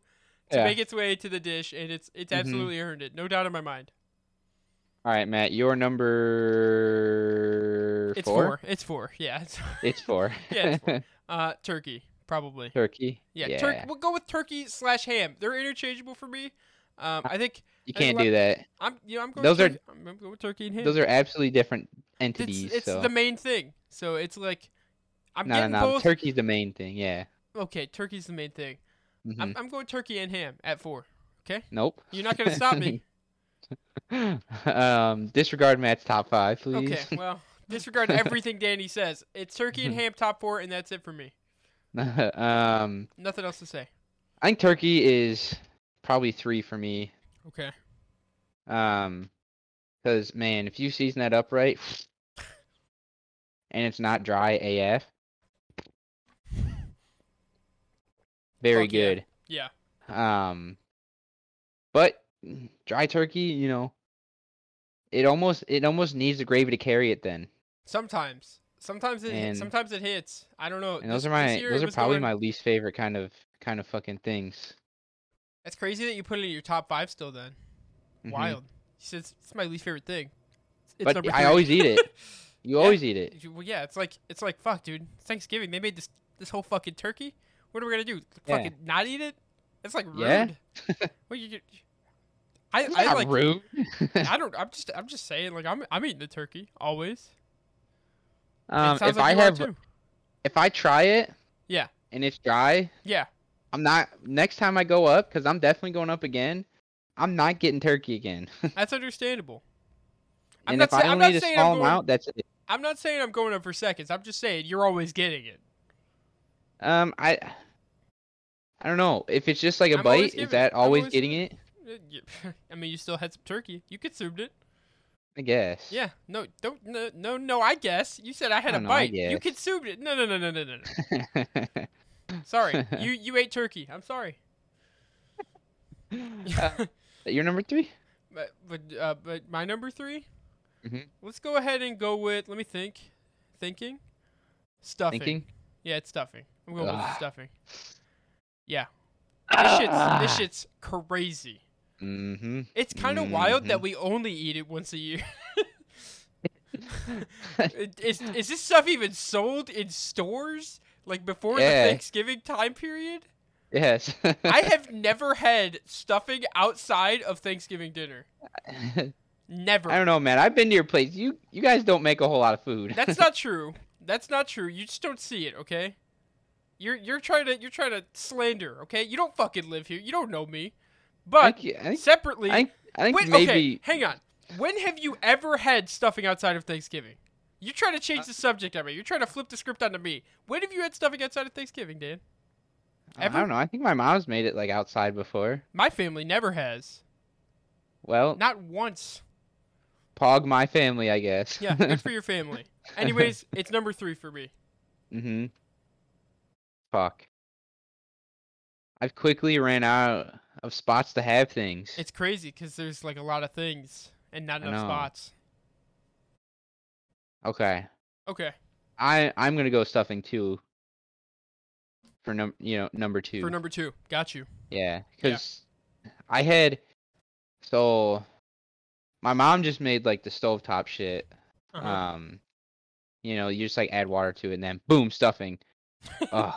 S1: to
S2: Yeah.
S1: make its way to the dish, and it's it's
S2: Mhm.
S1: absolutely earned it. No doubt in my mind.
S2: All right, Matt, your number
S1: It's
S2: four?
S1: four. It's four. <laughs> Yeah. It's,
S2: It's four.
S1: <laughs> Yeah, it's uh, turkey probably.
S2: <laughs> Turkey.
S1: Yeah. Turkey. We'll go with turkey slash ham. They're interchangeable for me. Um, I think
S2: You
S1: I think
S2: can't
S1: a
S2: do that.
S1: I'm you know I'm going.
S2: Uh, Those are-
S1: turkey, I'm I'm going with turkey and ham.
S2: Those are absolutely different entities.
S1: it's, it's
S2: so
S1: the main thing. So it's like I'm
S2: no, no,
S1: getting
S2: no.
S1: both.
S2: Turkey's the main thing. Yeah.
S1: Okay, turkey's the main thing.
S2: Mhm.
S1: I'm I'm going turkey and ham at four. Okay,
S2: Nope.
S1: you're not gonna stop
S2: <laughs>
S1: me.
S2: um, disregard Matt's top five, please. <laughs>
S1: Okay, well, disregard everything Danny says. It's turkey and ham top four, and that's it for me.
S2: um,
S1: Nothing else to say.
S2: I think turkey is probably three for me.
S1: Okay.
S2: Um, because man, if you season that
S1: <laughs>
S2: up right, and it's not dry AF, very
S1: Fuck yeah.
S2: good.
S1: Yeah.
S2: Um, but mm, dry turkey, you know, it almost it almost needs the gravy to carry it. Then,
S1: Sometimes, sometimes it hit,
S2: And-
S1: sometimes it hits. I don't know.
S2: and those
S1: This-
S2: are
S1: this
S2: my
S1: year
S2: those
S1: it
S2: are
S1: was
S2: probably
S1: going-
S2: my least favorite kind of kind of fucking things.
S1: That's crazy that you put it in your top five still. Then
S2: Mhm.
S1: wild. He says it's my least favorite thing. It's it's
S2: But
S1: number
S2: I
S1: three.
S2: always eat
S1: <laughs>
S2: it. You
S1: Yeah.
S2: always eat it.
S1: You- Well, yeah, it's like it's like fuck, dude. It's Thanksgiving. They made this this whole fucking turkey. What are we gonna do?
S2: Yeah.
S1: Fucking not eat it? It's like rude.
S2: Yeah. <laughs>
S1: Well, you. I,
S2: It's
S1: I
S2: not
S1: like
S2: rude.
S1: I don't. I'm just. I'm just saying. Like I'm. I'm eating the turkey always. It
S2: Um,
S1: sounds
S2: if I
S1: like you are
S2: have
S1: too.
S2: if I try it,
S1: Yeah.
S2: and it's dry,
S1: Yeah.
S2: <laughs> I'm not next time I go up because I'm definitely going up again. I'm not getting turkey again.
S1: That's understandable. I'm
S2: and
S1: not
S2: if
S1: sa-
S2: I
S1: I'm
S2: only
S1: not
S2: eat a
S1: saying I'm
S2: small
S1: going-
S2: amount, that's it.
S1: I'm not saying I'm going up for seconds. I'm just saying you're always getting it.
S2: Um, I, I don't know if it's just like a
S1: I'm always
S2: bite.
S1: giving
S2: Is that
S1: it. I'm
S2: always
S1: always
S2: getting
S1: giving
S2: it?
S1: Uh, you- <laughs> I mean, you still had some turkey. You consumed it.
S2: I guess.
S1: Yeah. No. Don't. No. No. no I guess you said I had
S2: Oh, I
S1: a
S2: don't know, I
S1: bite. You
S2: guess. <laughs>
S1: consumed it. No. No. No. No. No. No. no. Sorry, you you ate turkey. I'm sorry.
S2: <laughs>
S1: <laughs>
S2: Uh, you're number three.
S1: but but uh, but my number 3
S2: Mhm.
S1: Let's go ahead and go with. Let me think. Thinking. Stuffing.
S2: Thinking.
S1: Yeah, it's stuffing. I'm going with
S2: Ugh.
S1: stuffing. Yeah,
S2: Oh.
S1: this shit's
S2: Ah.
S1: this shit's crazy.
S2: Mm-hmm. <laughs>
S1: It's kind of wild that
S2: Mhm.
S1: we only eat it once a year. <laughs> It- is is this stuff even sold in stores like before
S2: Yeah.
S1: the Thanksgiving time period?
S2: yes. <laughs>
S1: I have never had stuffing outside of Thanksgiving dinner. Never.
S2: I don't <laughs> know, man. I've been to your place. You you guys don't make a whole lot of food.
S1: That's not true. That's not true. You just don't see it, okay? You're you're trying to you're trying to slander, okay? You don't fucking live here. You don't know me.
S2: <laughs> I
S1: But
S2: think, I think,
S1: separately,
S2: I think, I think
S1: wait,
S2: maybe.
S1: okay, hang on. When have you ever had stuffing outside of Thanksgiving? You're trying to
S2: Uh,
S1: change the subject on me. You're trying to flip the script onto me. When have you had stuffing outside of Thanksgiving, Dan?
S2: I
S1: Ever?
S2: don't know. I think my mom's made it like outside before.
S1: My family never has.
S2: Well,
S1: Not once.
S2: pog my family, I guess. <laughs>
S1: Yeah, good for your family. Anyways, it's number three for me.
S2: mm-hmm. Fuck. I've quickly ran out of spots to have things.
S1: It's crazy because there's like a lot of things and not
S2: I
S1: enough
S2: know.
S1: spots.
S2: Okay.
S1: Okay,
S2: I I'm gonna go stuffing too. For num you know number two.
S1: for number two, got you.
S2: yeah,
S1: yeah.
S2: because I had so my mom just made like the stovetop shit.
S1: Uh-huh.
S2: Um, you know, you just like add water to it, and then boom,
S1: <laughs>
S2: stuffing. Ugh,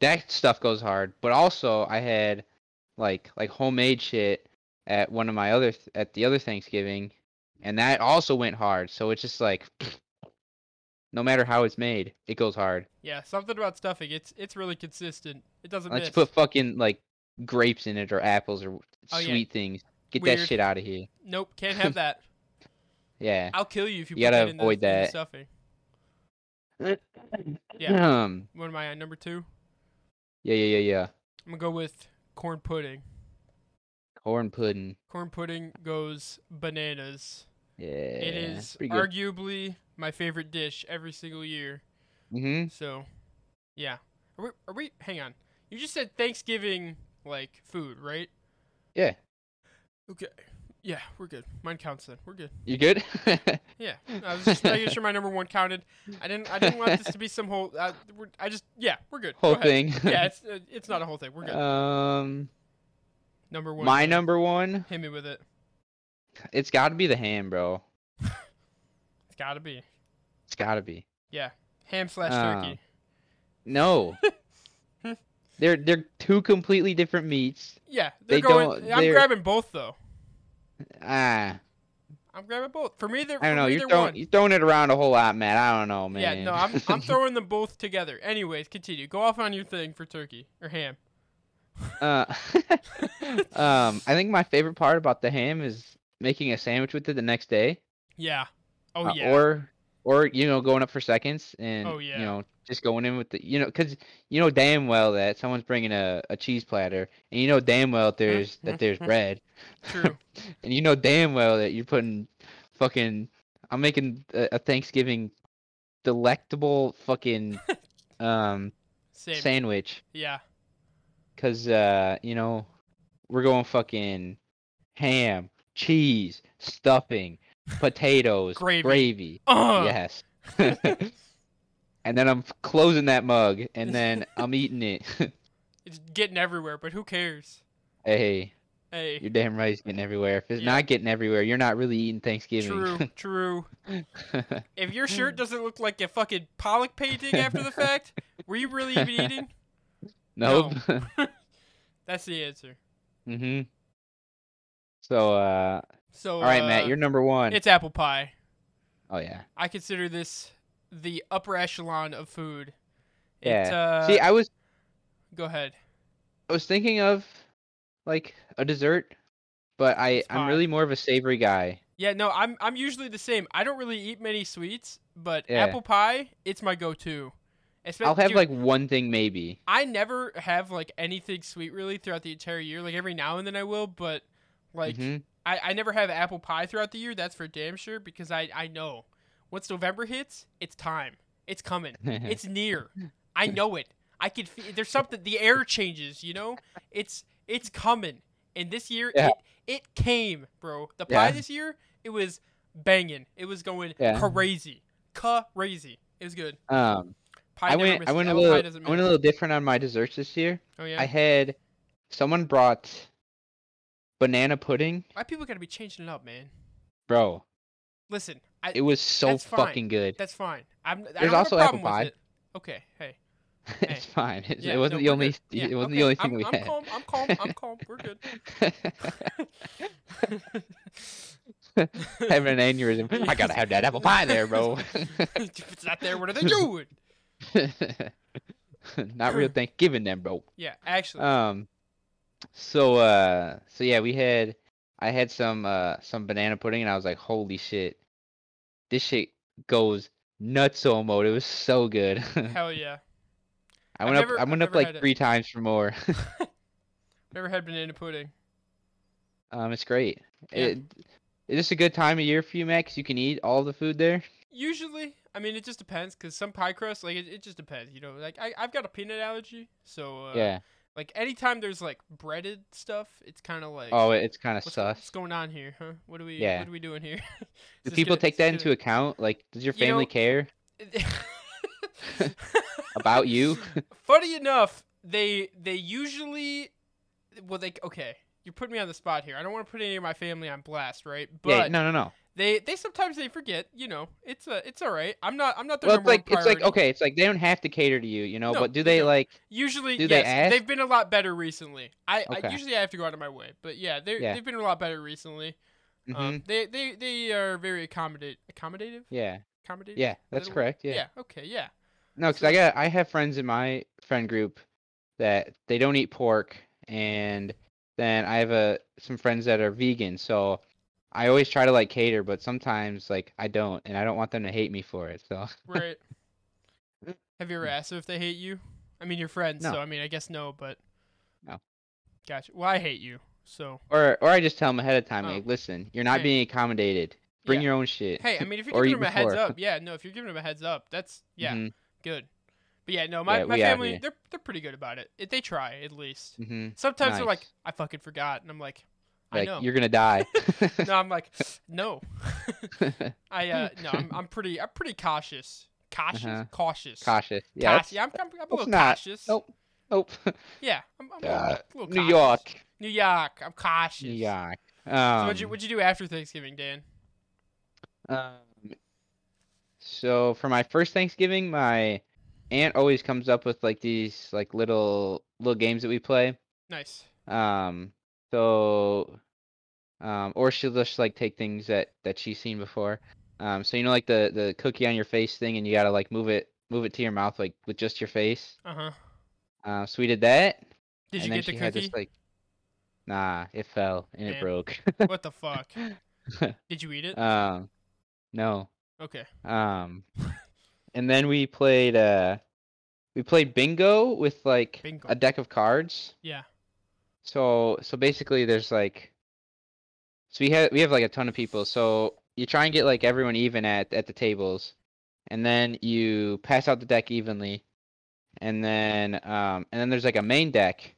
S2: that stuff goes hard. But also, I had like like homemade shit at one of my other th- at the other Thanksgiving, and that also went hard. So it's just like, <sniffs> no matter how it's made, it goes hard.
S1: yeah, something about stuffing. It's it's really consistent. It doesn't
S2: Let's
S1: miss.
S2: put fucking like grapes in it or apples or
S1: Oh, yeah.
S2: sweet things. Get that
S1: Weird.
S2: shit out of here.
S1: nope, can't have that.
S2: <laughs> Yeah.
S1: I'll kill you if you,
S2: You
S1: put
S2: gotta
S1: that in the,
S2: avoid
S1: in the
S2: that.
S1: stuffing. Yeah.
S2: Yeah. Um.
S1: What am I on number two?
S2: <clears throat> Yeah. Yeah. Yeah. Yeah.
S1: I'm gonna go with corn pudding.
S2: Corn pudding.
S1: Corn pudding goes bananas.
S2: Yeah.
S1: it is
S2: Pretty good.
S1: arguably my favorite dish every single year.
S2: mm-hmm.
S1: So, yeah. Are we, are we? Hang on. You just said Thanksgiving like food, right?
S2: Yeah.
S1: Okay. Yeah, we're good. Mine counts then. We're good.
S2: You good? <laughs>
S1: Yeah, I was just making sure my number one counted. I didn't. I didn't want this to be some whole. Uh, we're, I just. Yeah, we're good. Go
S2: Whole
S1: ahead.
S2: thing.
S1: Yeah, it's uh, it's not a whole thing. We're good.
S2: <laughs> Um.
S1: Number one.
S2: My number one.
S1: Hit me with it.
S2: It's got to be the ham, bro.
S1: It's gotta be
S2: It's got to be.
S1: ham slash
S2: Uh,
S1: turkey. <laughs>
S2: No. they're they're two completely different meats.
S1: Yeah, they're
S2: they
S1: going.
S2: don't-
S1: I'm
S2: they're-
S1: grabbing both though.
S2: Ah.
S1: I'm grabbing both. For me, they're.
S2: I don't
S1: for
S2: know.
S1: me,
S2: You're
S1: they're
S2: throwing
S1: one.
S2: you're throwing it around a whole lot, man. I don't know, man.
S1: Yeah, no, I'm
S2: <laughs>
S1: I'm throwing them both together. Anyways, continue. Go off on your thing for turkey or ham.
S2: Uh, <laughs> um, I think my favorite part about the ham is making a sandwich with it the next day,
S1: Yeah. Oh
S2: uh,
S1: yeah.
S2: or or you know going up for seconds and
S1: Oh, yeah.
S2: you know just going in with the you know because you know damn well that someone's bringing a, a cheese platter and you know damn well that there's that there's bread
S1: Mm-hmm.
S2: <laughs>
S1: True.
S2: and you know damn well that you're putting fucking I'm making a, a Thanksgiving delectable
S1: <laughs>
S2: fucking um
S1: Same.
S2: sandwich
S1: Yeah.
S2: Cause uh, you know, we're going fucking ham, cheese, stuffing, potatoes,
S1: Gravy. Uh,
S2: Yes. <laughs> and then I'm f- closing that mug, and
S1: <laughs>
S2: then I'm eating it.
S1: It's getting everywhere, but who cares?
S2: hey,
S1: Hey.
S2: you're damn right, it's getting everywhere. If it's
S1: Yeah.
S2: not getting everywhere, you're not really eating Thanksgiving.
S1: True.
S2: <laughs>
S1: True. If your shirt doesn't look like a fucking Pollock painting after the fact, were you really even eating?
S2: nope.
S1: That's the answer.
S2: <laughs> mm-hmm. So, uh,
S1: So,
S2: all right,
S1: uh,
S2: Matt, you're number one.
S1: It's apple pie.
S2: Oh yeah.
S1: I consider this the upper echelon of food. It,
S2: Yeah.
S1: uh,
S2: See, I was
S1: go ahead.
S2: I was thinking of like a dessert, but I
S1: It's
S2: I'm
S1: fine.
S2: really more of a savory guy.
S1: Yeah, no, I'm I'm usually the same. I don't really eat many sweets, but
S2: Yeah.
S1: apple pie, it's my go-to. Espe-
S2: I'll have
S1: dude,
S2: like one thing maybe.
S1: I never have like anything sweet really throughout the entire year. Like every now and then I will, but like
S2: Mhm.
S1: I, I never have apple pie throughout the year. That's for damn sure because I, I know once November hits, it's time. It's coming. It's near. I know it. I could feel there's something the air changes, you know? It's it's coming. And this year
S2: Yeah.
S1: it it came, bro. The pie
S2: Yeah.
S1: this year, it was banging. It was going
S2: Yeah.
S1: crazy. Crazy. It was good.
S2: <laughs> Um,
S1: Pie
S2: I
S1: never
S2: went I
S1: misses.
S2: went a
S1: Apple pie
S2: little
S1: doesn't
S2: I went
S1: miss.
S2: a little different on my desserts this year.
S1: Oh yeah.
S2: I had someone brought banana pudding,
S1: Why people gotta be changing it up, man?
S2: bro.
S1: Listen, I,
S2: It was so
S1: That's fine.
S2: fucking good. <laughs>
S1: that's fine. I'm I
S2: There's
S1: don't
S2: also
S1: have a
S2: apple
S1: problem
S2: pie.
S1: with it. Okay, hey. Hey.
S2: it's fine. It's,
S1: Yeah,
S2: it
S1: no,
S2: wasn't the
S1: we're
S2: only.
S1: good. Yeah,
S2: It wasn't
S1: okay,
S2: the only thing
S1: I'm,
S2: we
S1: I'm
S2: had.
S1: calm. I'm calm. I'm calm. We're good.
S2: <laughs> <laughs> Having an aneurysm. I gotta have that apple pie there, bro. <laughs>
S1: <laughs> if it's not there, what are they doing?
S2: Not real Thanksgiving then, bro.
S1: Yeah, actually,
S2: Um. So uh. So yeah, we had. I had some uh some banana pudding and I was like, holy shit, this shit goes nuts mode. It was so good. <laughs>
S1: hell yeah.
S2: I
S1: I've
S2: went
S1: never-
S2: up. I
S1: I've
S2: went up
S1: never had
S2: like
S1: it.
S2: three times for more. <laughs>
S1: Never had banana pudding.
S2: Um, it's great.
S1: Yeah.
S2: It, is this a good time of year for you, Max? You can eat all the food there.
S1: Usually, I mean, it just depends because some pie crust, like, it, it just depends. You know, like, I, I've got a peanut allergy, so, uh,
S2: yeah.
S1: like, anytime there's, like, breaded stuff, it's kind of like,
S2: Oh, it- it's kind of
S1: what's, go- what's
S2: sus.
S1: going on here, huh? What are we,
S2: Yeah.
S1: what are we doing here?
S2: <laughs>
S1: <laughs>
S2: Do people take that into account? Like, does your
S1: You know-
S2: family care?
S1: into <laughs>
S2: About you? <laughs>
S1: Funny enough, they they usually well they okay, you're putting me on the spot here. I don't want to put any of my family on blast, right? But
S2: yeah. No, no, no.
S1: they they sometimes they forget, you know. It's a it's all right. I'm not I'm not their
S2: Well, it's
S1: number
S2: like
S1: one
S2: it's like
S1: priority.
S2: okay, it's like they don't have to cater to you, you know.
S1: No,
S2: but do
S1: they
S2: they
S1: don't.
S2: like?
S1: Usually
S2: do they
S1: yes,
S2: ask?
S1: have been a lot better recently. I, I
S2: Okay.
S1: usually I have to go out of my way, but yeah, they
S2: Yeah.
S1: they've been a lot better recently.
S2: mhm,
S1: Um, they they they are very accommodate accommodative
S2: yeah.
S1: accommodative.
S2: Yeah.
S1: that
S2: That's
S1: a word?
S2: correct. Yeah.
S1: Yeah. okay, yeah.
S2: No, because I got I have friends in my friend group that they don't eat pork, and then I have a some friends that are vegan, so I always try to like cater, but sometimes like I don't, and I don't want them to hate me for it. So <laughs>
S1: Right. Have you ever asked them if they hate you? I mean, you're friends,
S2: No.
S1: so I mean, I guess no, but.
S2: No.
S1: Gotcha. Well, I hate you, so.
S2: or or I just tell them ahead of time,
S1: Oh.
S2: like, listen, you're not
S1: Hey.
S2: being accommodated. Bring
S1: Yeah.
S2: your own shit.
S1: Hey,
S2: <laughs>
S1: I mean, if you're
S2: Or
S1: giving them
S2: eat
S1: a heads
S2: before.
S1: up, yeah, no, if you're giving them a heads up, that's, yeah,
S2: Mhm,
S1: good. But yeah, no, my,
S2: Yeah,
S1: my
S2: we out
S1: family,
S2: here.
S1: they're, they're pretty good about it. It. They try, at least.
S2: mhm.
S1: Sometimes they're like,
S2: Nice.
S1: I fucking forgot, and I'm like, I
S2: Like
S1: know.
S2: you're gonna die.
S1: <laughs> No, I'm like, no. I, uh, no, I'm, I'm pretty, I'm pretty cautious. Cautious?
S2: Uh-huh.
S1: Cautious.
S2: <laughs> Cautious. Yeah.
S1: Cautious.
S2: that's-
S1: Yeah, Oh, I'm, I'm, I'm a little
S2: not-
S1: cautious.
S2: Nope. <laughs> Nope.
S1: Yeah, I'm, I'm a little,
S2: Uh,
S1: little
S2: New
S1: cautious.
S2: York.
S1: New York. I'm cautious.
S2: New York.
S1: So what'd you
S2: Um,
S1: what'd you do after Thanksgiving, Dan?
S2: Um, so for my first Thanksgiving, my aunt always comes up with like these like little little games that we play.
S1: Nice.
S2: Um, so um, or she'll just like take things that that she's seen before. Um, so you know like the the cookie on your face thing, and you gotta like move it move it to your mouth like with just your face.
S1: Uh huh.
S2: Uh, so we did that,
S1: Did
S2: and
S1: you
S2: then
S1: get the
S2: she had this
S1: cookie?
S2: like, nah, it fell and it
S1: Damn.
S2: broke. <laughs>
S1: what the fuck? Did you eat it?
S2: Um, no.
S1: okay.
S2: Um, and then we played uh, we played bingo with like
S1: Bingo.
S2: a deck of cards.
S1: Yeah.
S2: So so basically, there's like, so we have we have like a ton of people. So you try and get like everyone even at at the tables, and then you pass out the deck evenly, and then um and then there's like a main deck,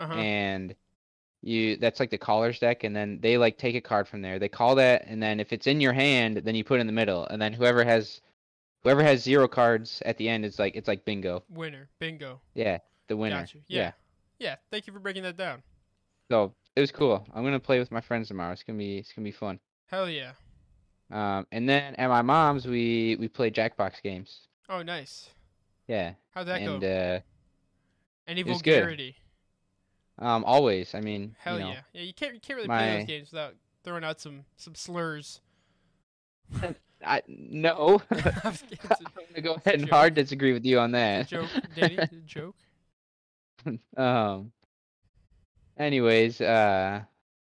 S1: Uh huh.
S2: and you that's like the caller's deck and then they like take a card from there they call that and then if it's in your hand then you put it in the middle and then whoever has whoever has zero cards at the end is like it's like bingo
S1: Winner. Bingo.
S2: yeah the winner
S1: Gotcha. Yeah. yeah. Thank you for breaking that down.
S2: so it was cool i'm gonna play with my friends tomorrow it's gonna be it's gonna be fun
S1: Hell yeah.
S2: um and then at my mom's we we play jackbox games
S1: Oh, nice.
S2: yeah
S1: How'd that
S2: and
S1: go?
S2: uh
S1: Any
S2: was good.
S1: vulgarity?
S2: um always i mean
S1: Hell
S2: you know
S1: yeah. Yeah. You can't you can't really play
S2: my-
S1: those games without throwing out some some
S2: <laughs>
S1: slurs. <laughs>
S2: i no <laughs> i'm
S1: I'm just kidding. It's a-
S2: gonna go
S1: it's a
S2: ahead and
S1: joke.
S2: hard disagree with you on
S1: it's
S2: <laughs> that
S1: a joke, Danny. It's a joke.
S2: Um. Anyways, uh,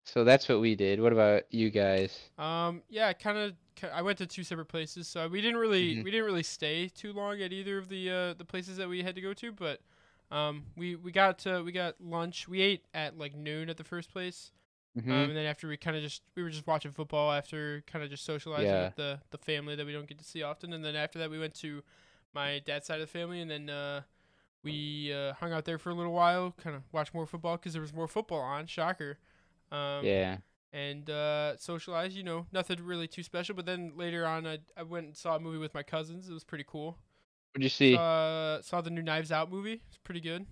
S2: so that's what we did. What about you guys?
S1: Um, yeah, kind of. I went to two separate places, so we didn't really
S2: Mhm.
S1: we didn't really stay too long at either of the uh, the places that we had to go to, but um, we we got uh, we got lunch. We ate at like noon at the first place, um,
S2: Mhm.
S1: and then after we kind of just we were just watching football after kind of just socializing
S2: Yeah.
S1: with the the family that we don't get to see often, and then after that we went to my dad's side of the family, and then uh, We uh, hung out there for a little while, kind of watched more football because there was more football on. Shocker. Um,
S2: yeah.
S1: and uh, socialized. You know, nothing really too special. But then later on, I, I went and saw a movie with my cousins. It was pretty cool.
S2: What'd you see?
S1: Uh, saw the new Knives Out movie. It's pretty good.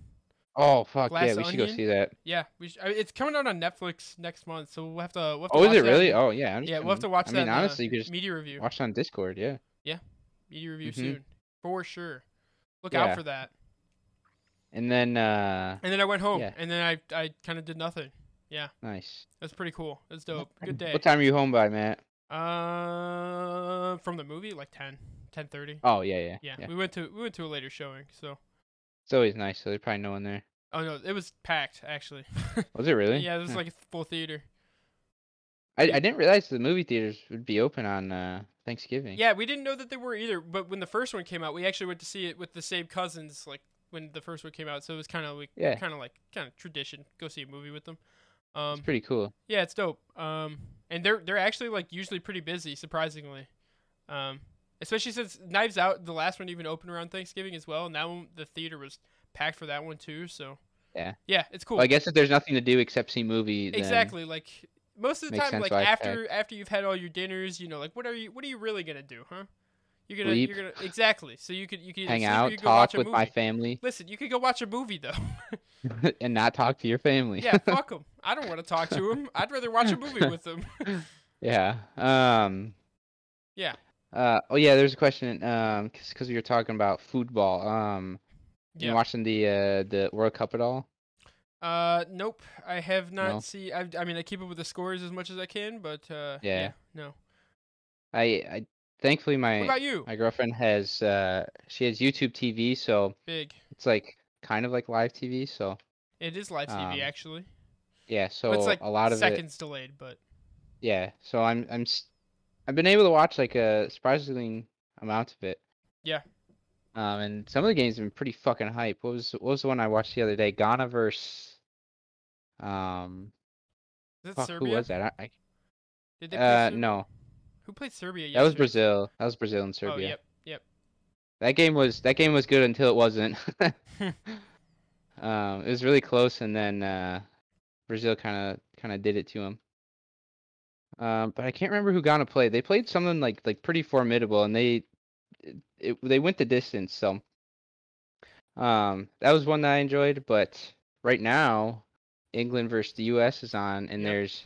S2: oh fuck yeah,
S1: Glass
S2: we should go
S1: Onion?
S2: see that.
S1: Yeah, we sh- I it's coming out on Netflix next month, so we'll have to. We'll have to
S2: Oh, is
S1: watch
S2: it
S1: that
S2: really?
S1: in-
S2: Oh yeah. I'm just
S1: yeah, we'll
S2: gonna-
S1: have to watch
S2: I
S1: that.
S2: mean,
S1: in, uh,
S2: honestly, you could just
S1: media review.
S2: watch it on Discord. Yeah.
S1: Media review
S2: Mhm.
S1: soon for sure. Look
S2: Yeah.
S1: out for that.
S2: And then uh,
S1: And then I went home,
S2: Yeah.
S1: and then I I kind of did nothing.
S2: nice.
S1: That's pretty cool. That's dope.
S2: What-
S1: Good day.
S2: What time are you home by, Matt?
S1: Uh, from the movie, like 10, 10.30.
S2: Oh yeah, yeah,
S1: yeah, we went to we went to a later showing. So,
S2: It's always nice. So there's probably no one there.
S1: oh no, it was packed actually.
S2: Was it really?
S1: yeah, it was
S2: Huh.
S1: like a full theater.
S2: I, I didn't realize the movie theaters would be open on uh, Thanksgiving.
S1: Yeah, we didn't know that they were either. But when the first one came out, we actually went to see it with the same cousins. Like when the first one came out, so it was kind of like
S2: Yeah.
S1: kind of like kind of tradition. Go see a movie with them. Um,
S2: it's pretty cool.
S1: yeah, it's dope. Um, and they're they're actually like usually pretty busy, surprisingly. Um, especially since Knives Out, the last one even opened around Thanksgiving as well, and that one the theater was packed for that one too. So
S2: Yeah.
S1: yeah, it's cool.
S2: Well, I guess if there's nothing to do except see movie, then
S1: exactly like most of the
S2: Makes
S1: time
S2: sense
S1: like
S2: why it's
S1: after after you've had all your dinners you know like what are you what are you really gonna do huh you're gonna
S2: Sleep.
S1: you're gonna exactly so you could you could <laughs> either
S2: hang
S1: sleep or
S2: out,
S1: you could go
S2: talk
S1: watch a
S2: with
S1: movie. <laughs>
S2: my family, <laughs>
S1: listen you could go watch a movie though
S2: and not talk to your family.
S1: yeah fuck them i don't want to talk to them i'd rather watch a movie with them
S2: <laughs> Yeah. Um.
S1: Yeah.
S2: Uh. Oh yeah. There's a question. Um. Because we were talking about football. Um. You
S1: Yeah.
S2: watching the uh the World Cup at all?
S1: uh nope i have not
S2: No.
S1: see I've, i mean i keep up with the scores as much as i can but uh yeah,
S2: Yeah.
S1: no
S2: I I thankfully
S1: what
S2: my
S1: about you
S2: my girlfriend has uh she has YouTube TV, so
S1: big
S2: it's like kind of like live TV. So
S1: it is live tv
S2: Um,
S1: actually
S2: yeah. So
S1: it's like
S2: a lot of it.
S1: seconds delayed but
S2: Yeah. So I'm I'm s- I've been able to watch like a surprising amount of it.
S1: Yeah.
S2: Um, and some of the games have been pretty fucking hype. What was what was the one I watched the other day? Ghana versus um
S1: is it
S2: fuck, who
S1: serbia
S2: was that?
S1: Did
S2: I, I,
S1: they play
S2: uh
S1: Serbia?
S2: no,
S1: who played serbia
S2: that was
S1: yesterday?
S2: Brazil. That was Brazil and Serbia.
S1: oh yep yep
S2: That game was that game was good until it wasn't. <laughs> um, it was really close, and then uh, Brazil kind of kind of did it to him. Um, but I can't remember who Ghana played. They played someone like like pretty formidable, and they it, it- they went the distance. So um, that was one that I enjoyed. But right now, England versus the U.S. is on, and
S1: Yep.
S2: there's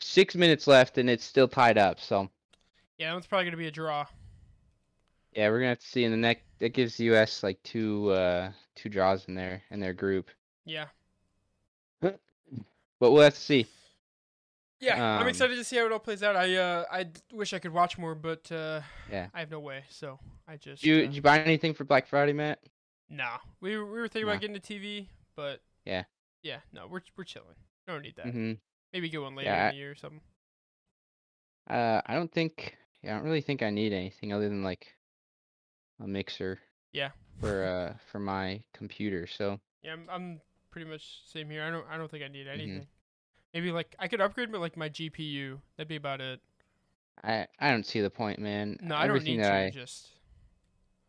S2: six minutes left, and it's still tied up. So
S1: Yeah, that one's probably gonna be a draw.
S2: Yeah, we're gonna have to see in the next. That gives the U.S. like two uh two draws in their in their group,
S1: Yeah.
S2: but we'll have to see.
S1: Yeah, I'm
S2: Um,
S1: excited to see how it all plays out. I uh, I d- wish I could watch more, but uh,
S2: Yeah.
S1: I have no way. So I just
S2: Did you
S1: uh,
S2: did you buy anything for Black Friday, Matt?
S1: nah. We were- we were thinking
S2: Nah.
S1: about getting a TV, but
S2: Yeah.
S1: yeah, no, we're we're chilling. We don't need that.
S2: Mm-hmm.
S1: Maybe get one later
S2: Yeah, I-
S1: in the year or something.
S2: Uh, I don't think. Yeah, I don't really think I need anything other than like a mixer
S1: Yeah.
S2: for uh for my computer. So
S1: Yeah, I'm, I'm pretty much same here. I don't I don't think I need
S2: Mm-hmm.
S1: anything. Maybe like I could upgrade, but like my GPU. That'd be about it.
S2: I I don't see the point, man.
S1: No, I don't
S2: everything
S1: need
S2: that
S1: to.
S2: I
S1: Just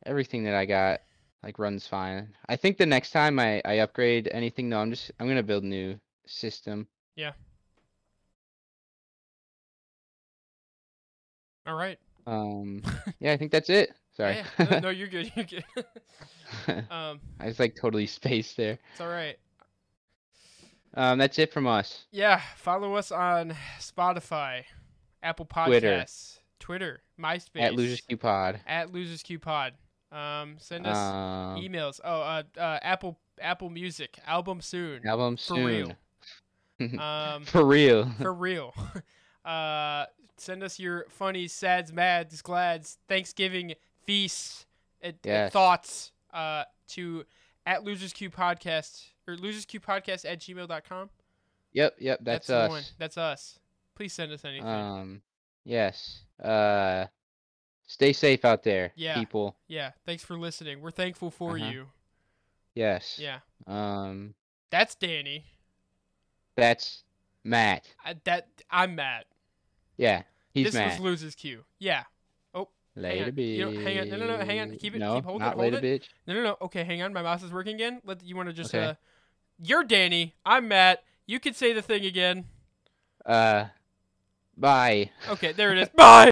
S2: everything that I got like runs fine. I think the next time I I upgrade anything though, I'm just I'm gonna build a new system.
S1: all right.
S2: Um,
S1: <laughs>
S2: yeah, I think that's it. Sorry.
S1: Yeah, yeah. No, no, you're good. <laughs> You're
S2: <laughs>
S1: good. um,
S2: I was like totally <laughs> spaced there.
S1: it's all right.
S2: Um, that's it from us.
S1: Yeah, follow us on Spotify, Apple Podcasts,
S2: Twitter.
S1: Twitter, MySpace,
S2: At Losers Q Pod.
S1: at Losers Q Pod. Um, send us
S2: Um,
S1: emails. Oh, uh, uh, Apple Apple Music album soon.
S2: album
S1: for
S2: soon.
S1: real. um,
S2: <laughs> For real. <laughs>
S1: for real. <laughs> uh, send us your funny, sads, mads, glads, Thanksgiving feasts, and, and
S2: Yes.
S1: thoughts uh, to at Losers Q Podcast or Losers Q Podcast at gmail.com.
S2: Yep, yep, that's,
S1: the one.
S2: us.
S1: That's us. Please send us anything.
S2: Um, yes. Uh, stay safe out there,
S1: Yeah.
S2: people.
S1: Yeah, thanks for listening. We're thankful for
S2: Uh-huh.
S1: you.
S2: Yes.
S1: Yeah,
S2: Um,
S1: that's Danny.
S2: that's Matt.
S1: I, that I'm Matt.
S2: Yeah, he's
S1: this
S2: Matt.
S1: was losers cue. Yeah.
S2: Later,
S1: on,
S2: bitch.
S1: you don't- hang on, no, no, no, hang on, keep it-
S2: No,
S1: keep- hold it,
S2: not
S1: hold
S2: later, bitch.
S1: No, no, no. Okay, hang on. My mouse is working again. Let you want to just
S2: Okay.
S1: uh, you're Danny. I'm Matt. You could say the thing again.
S2: Uh, bye. <laughs>
S1: Okay, there it is. Bye.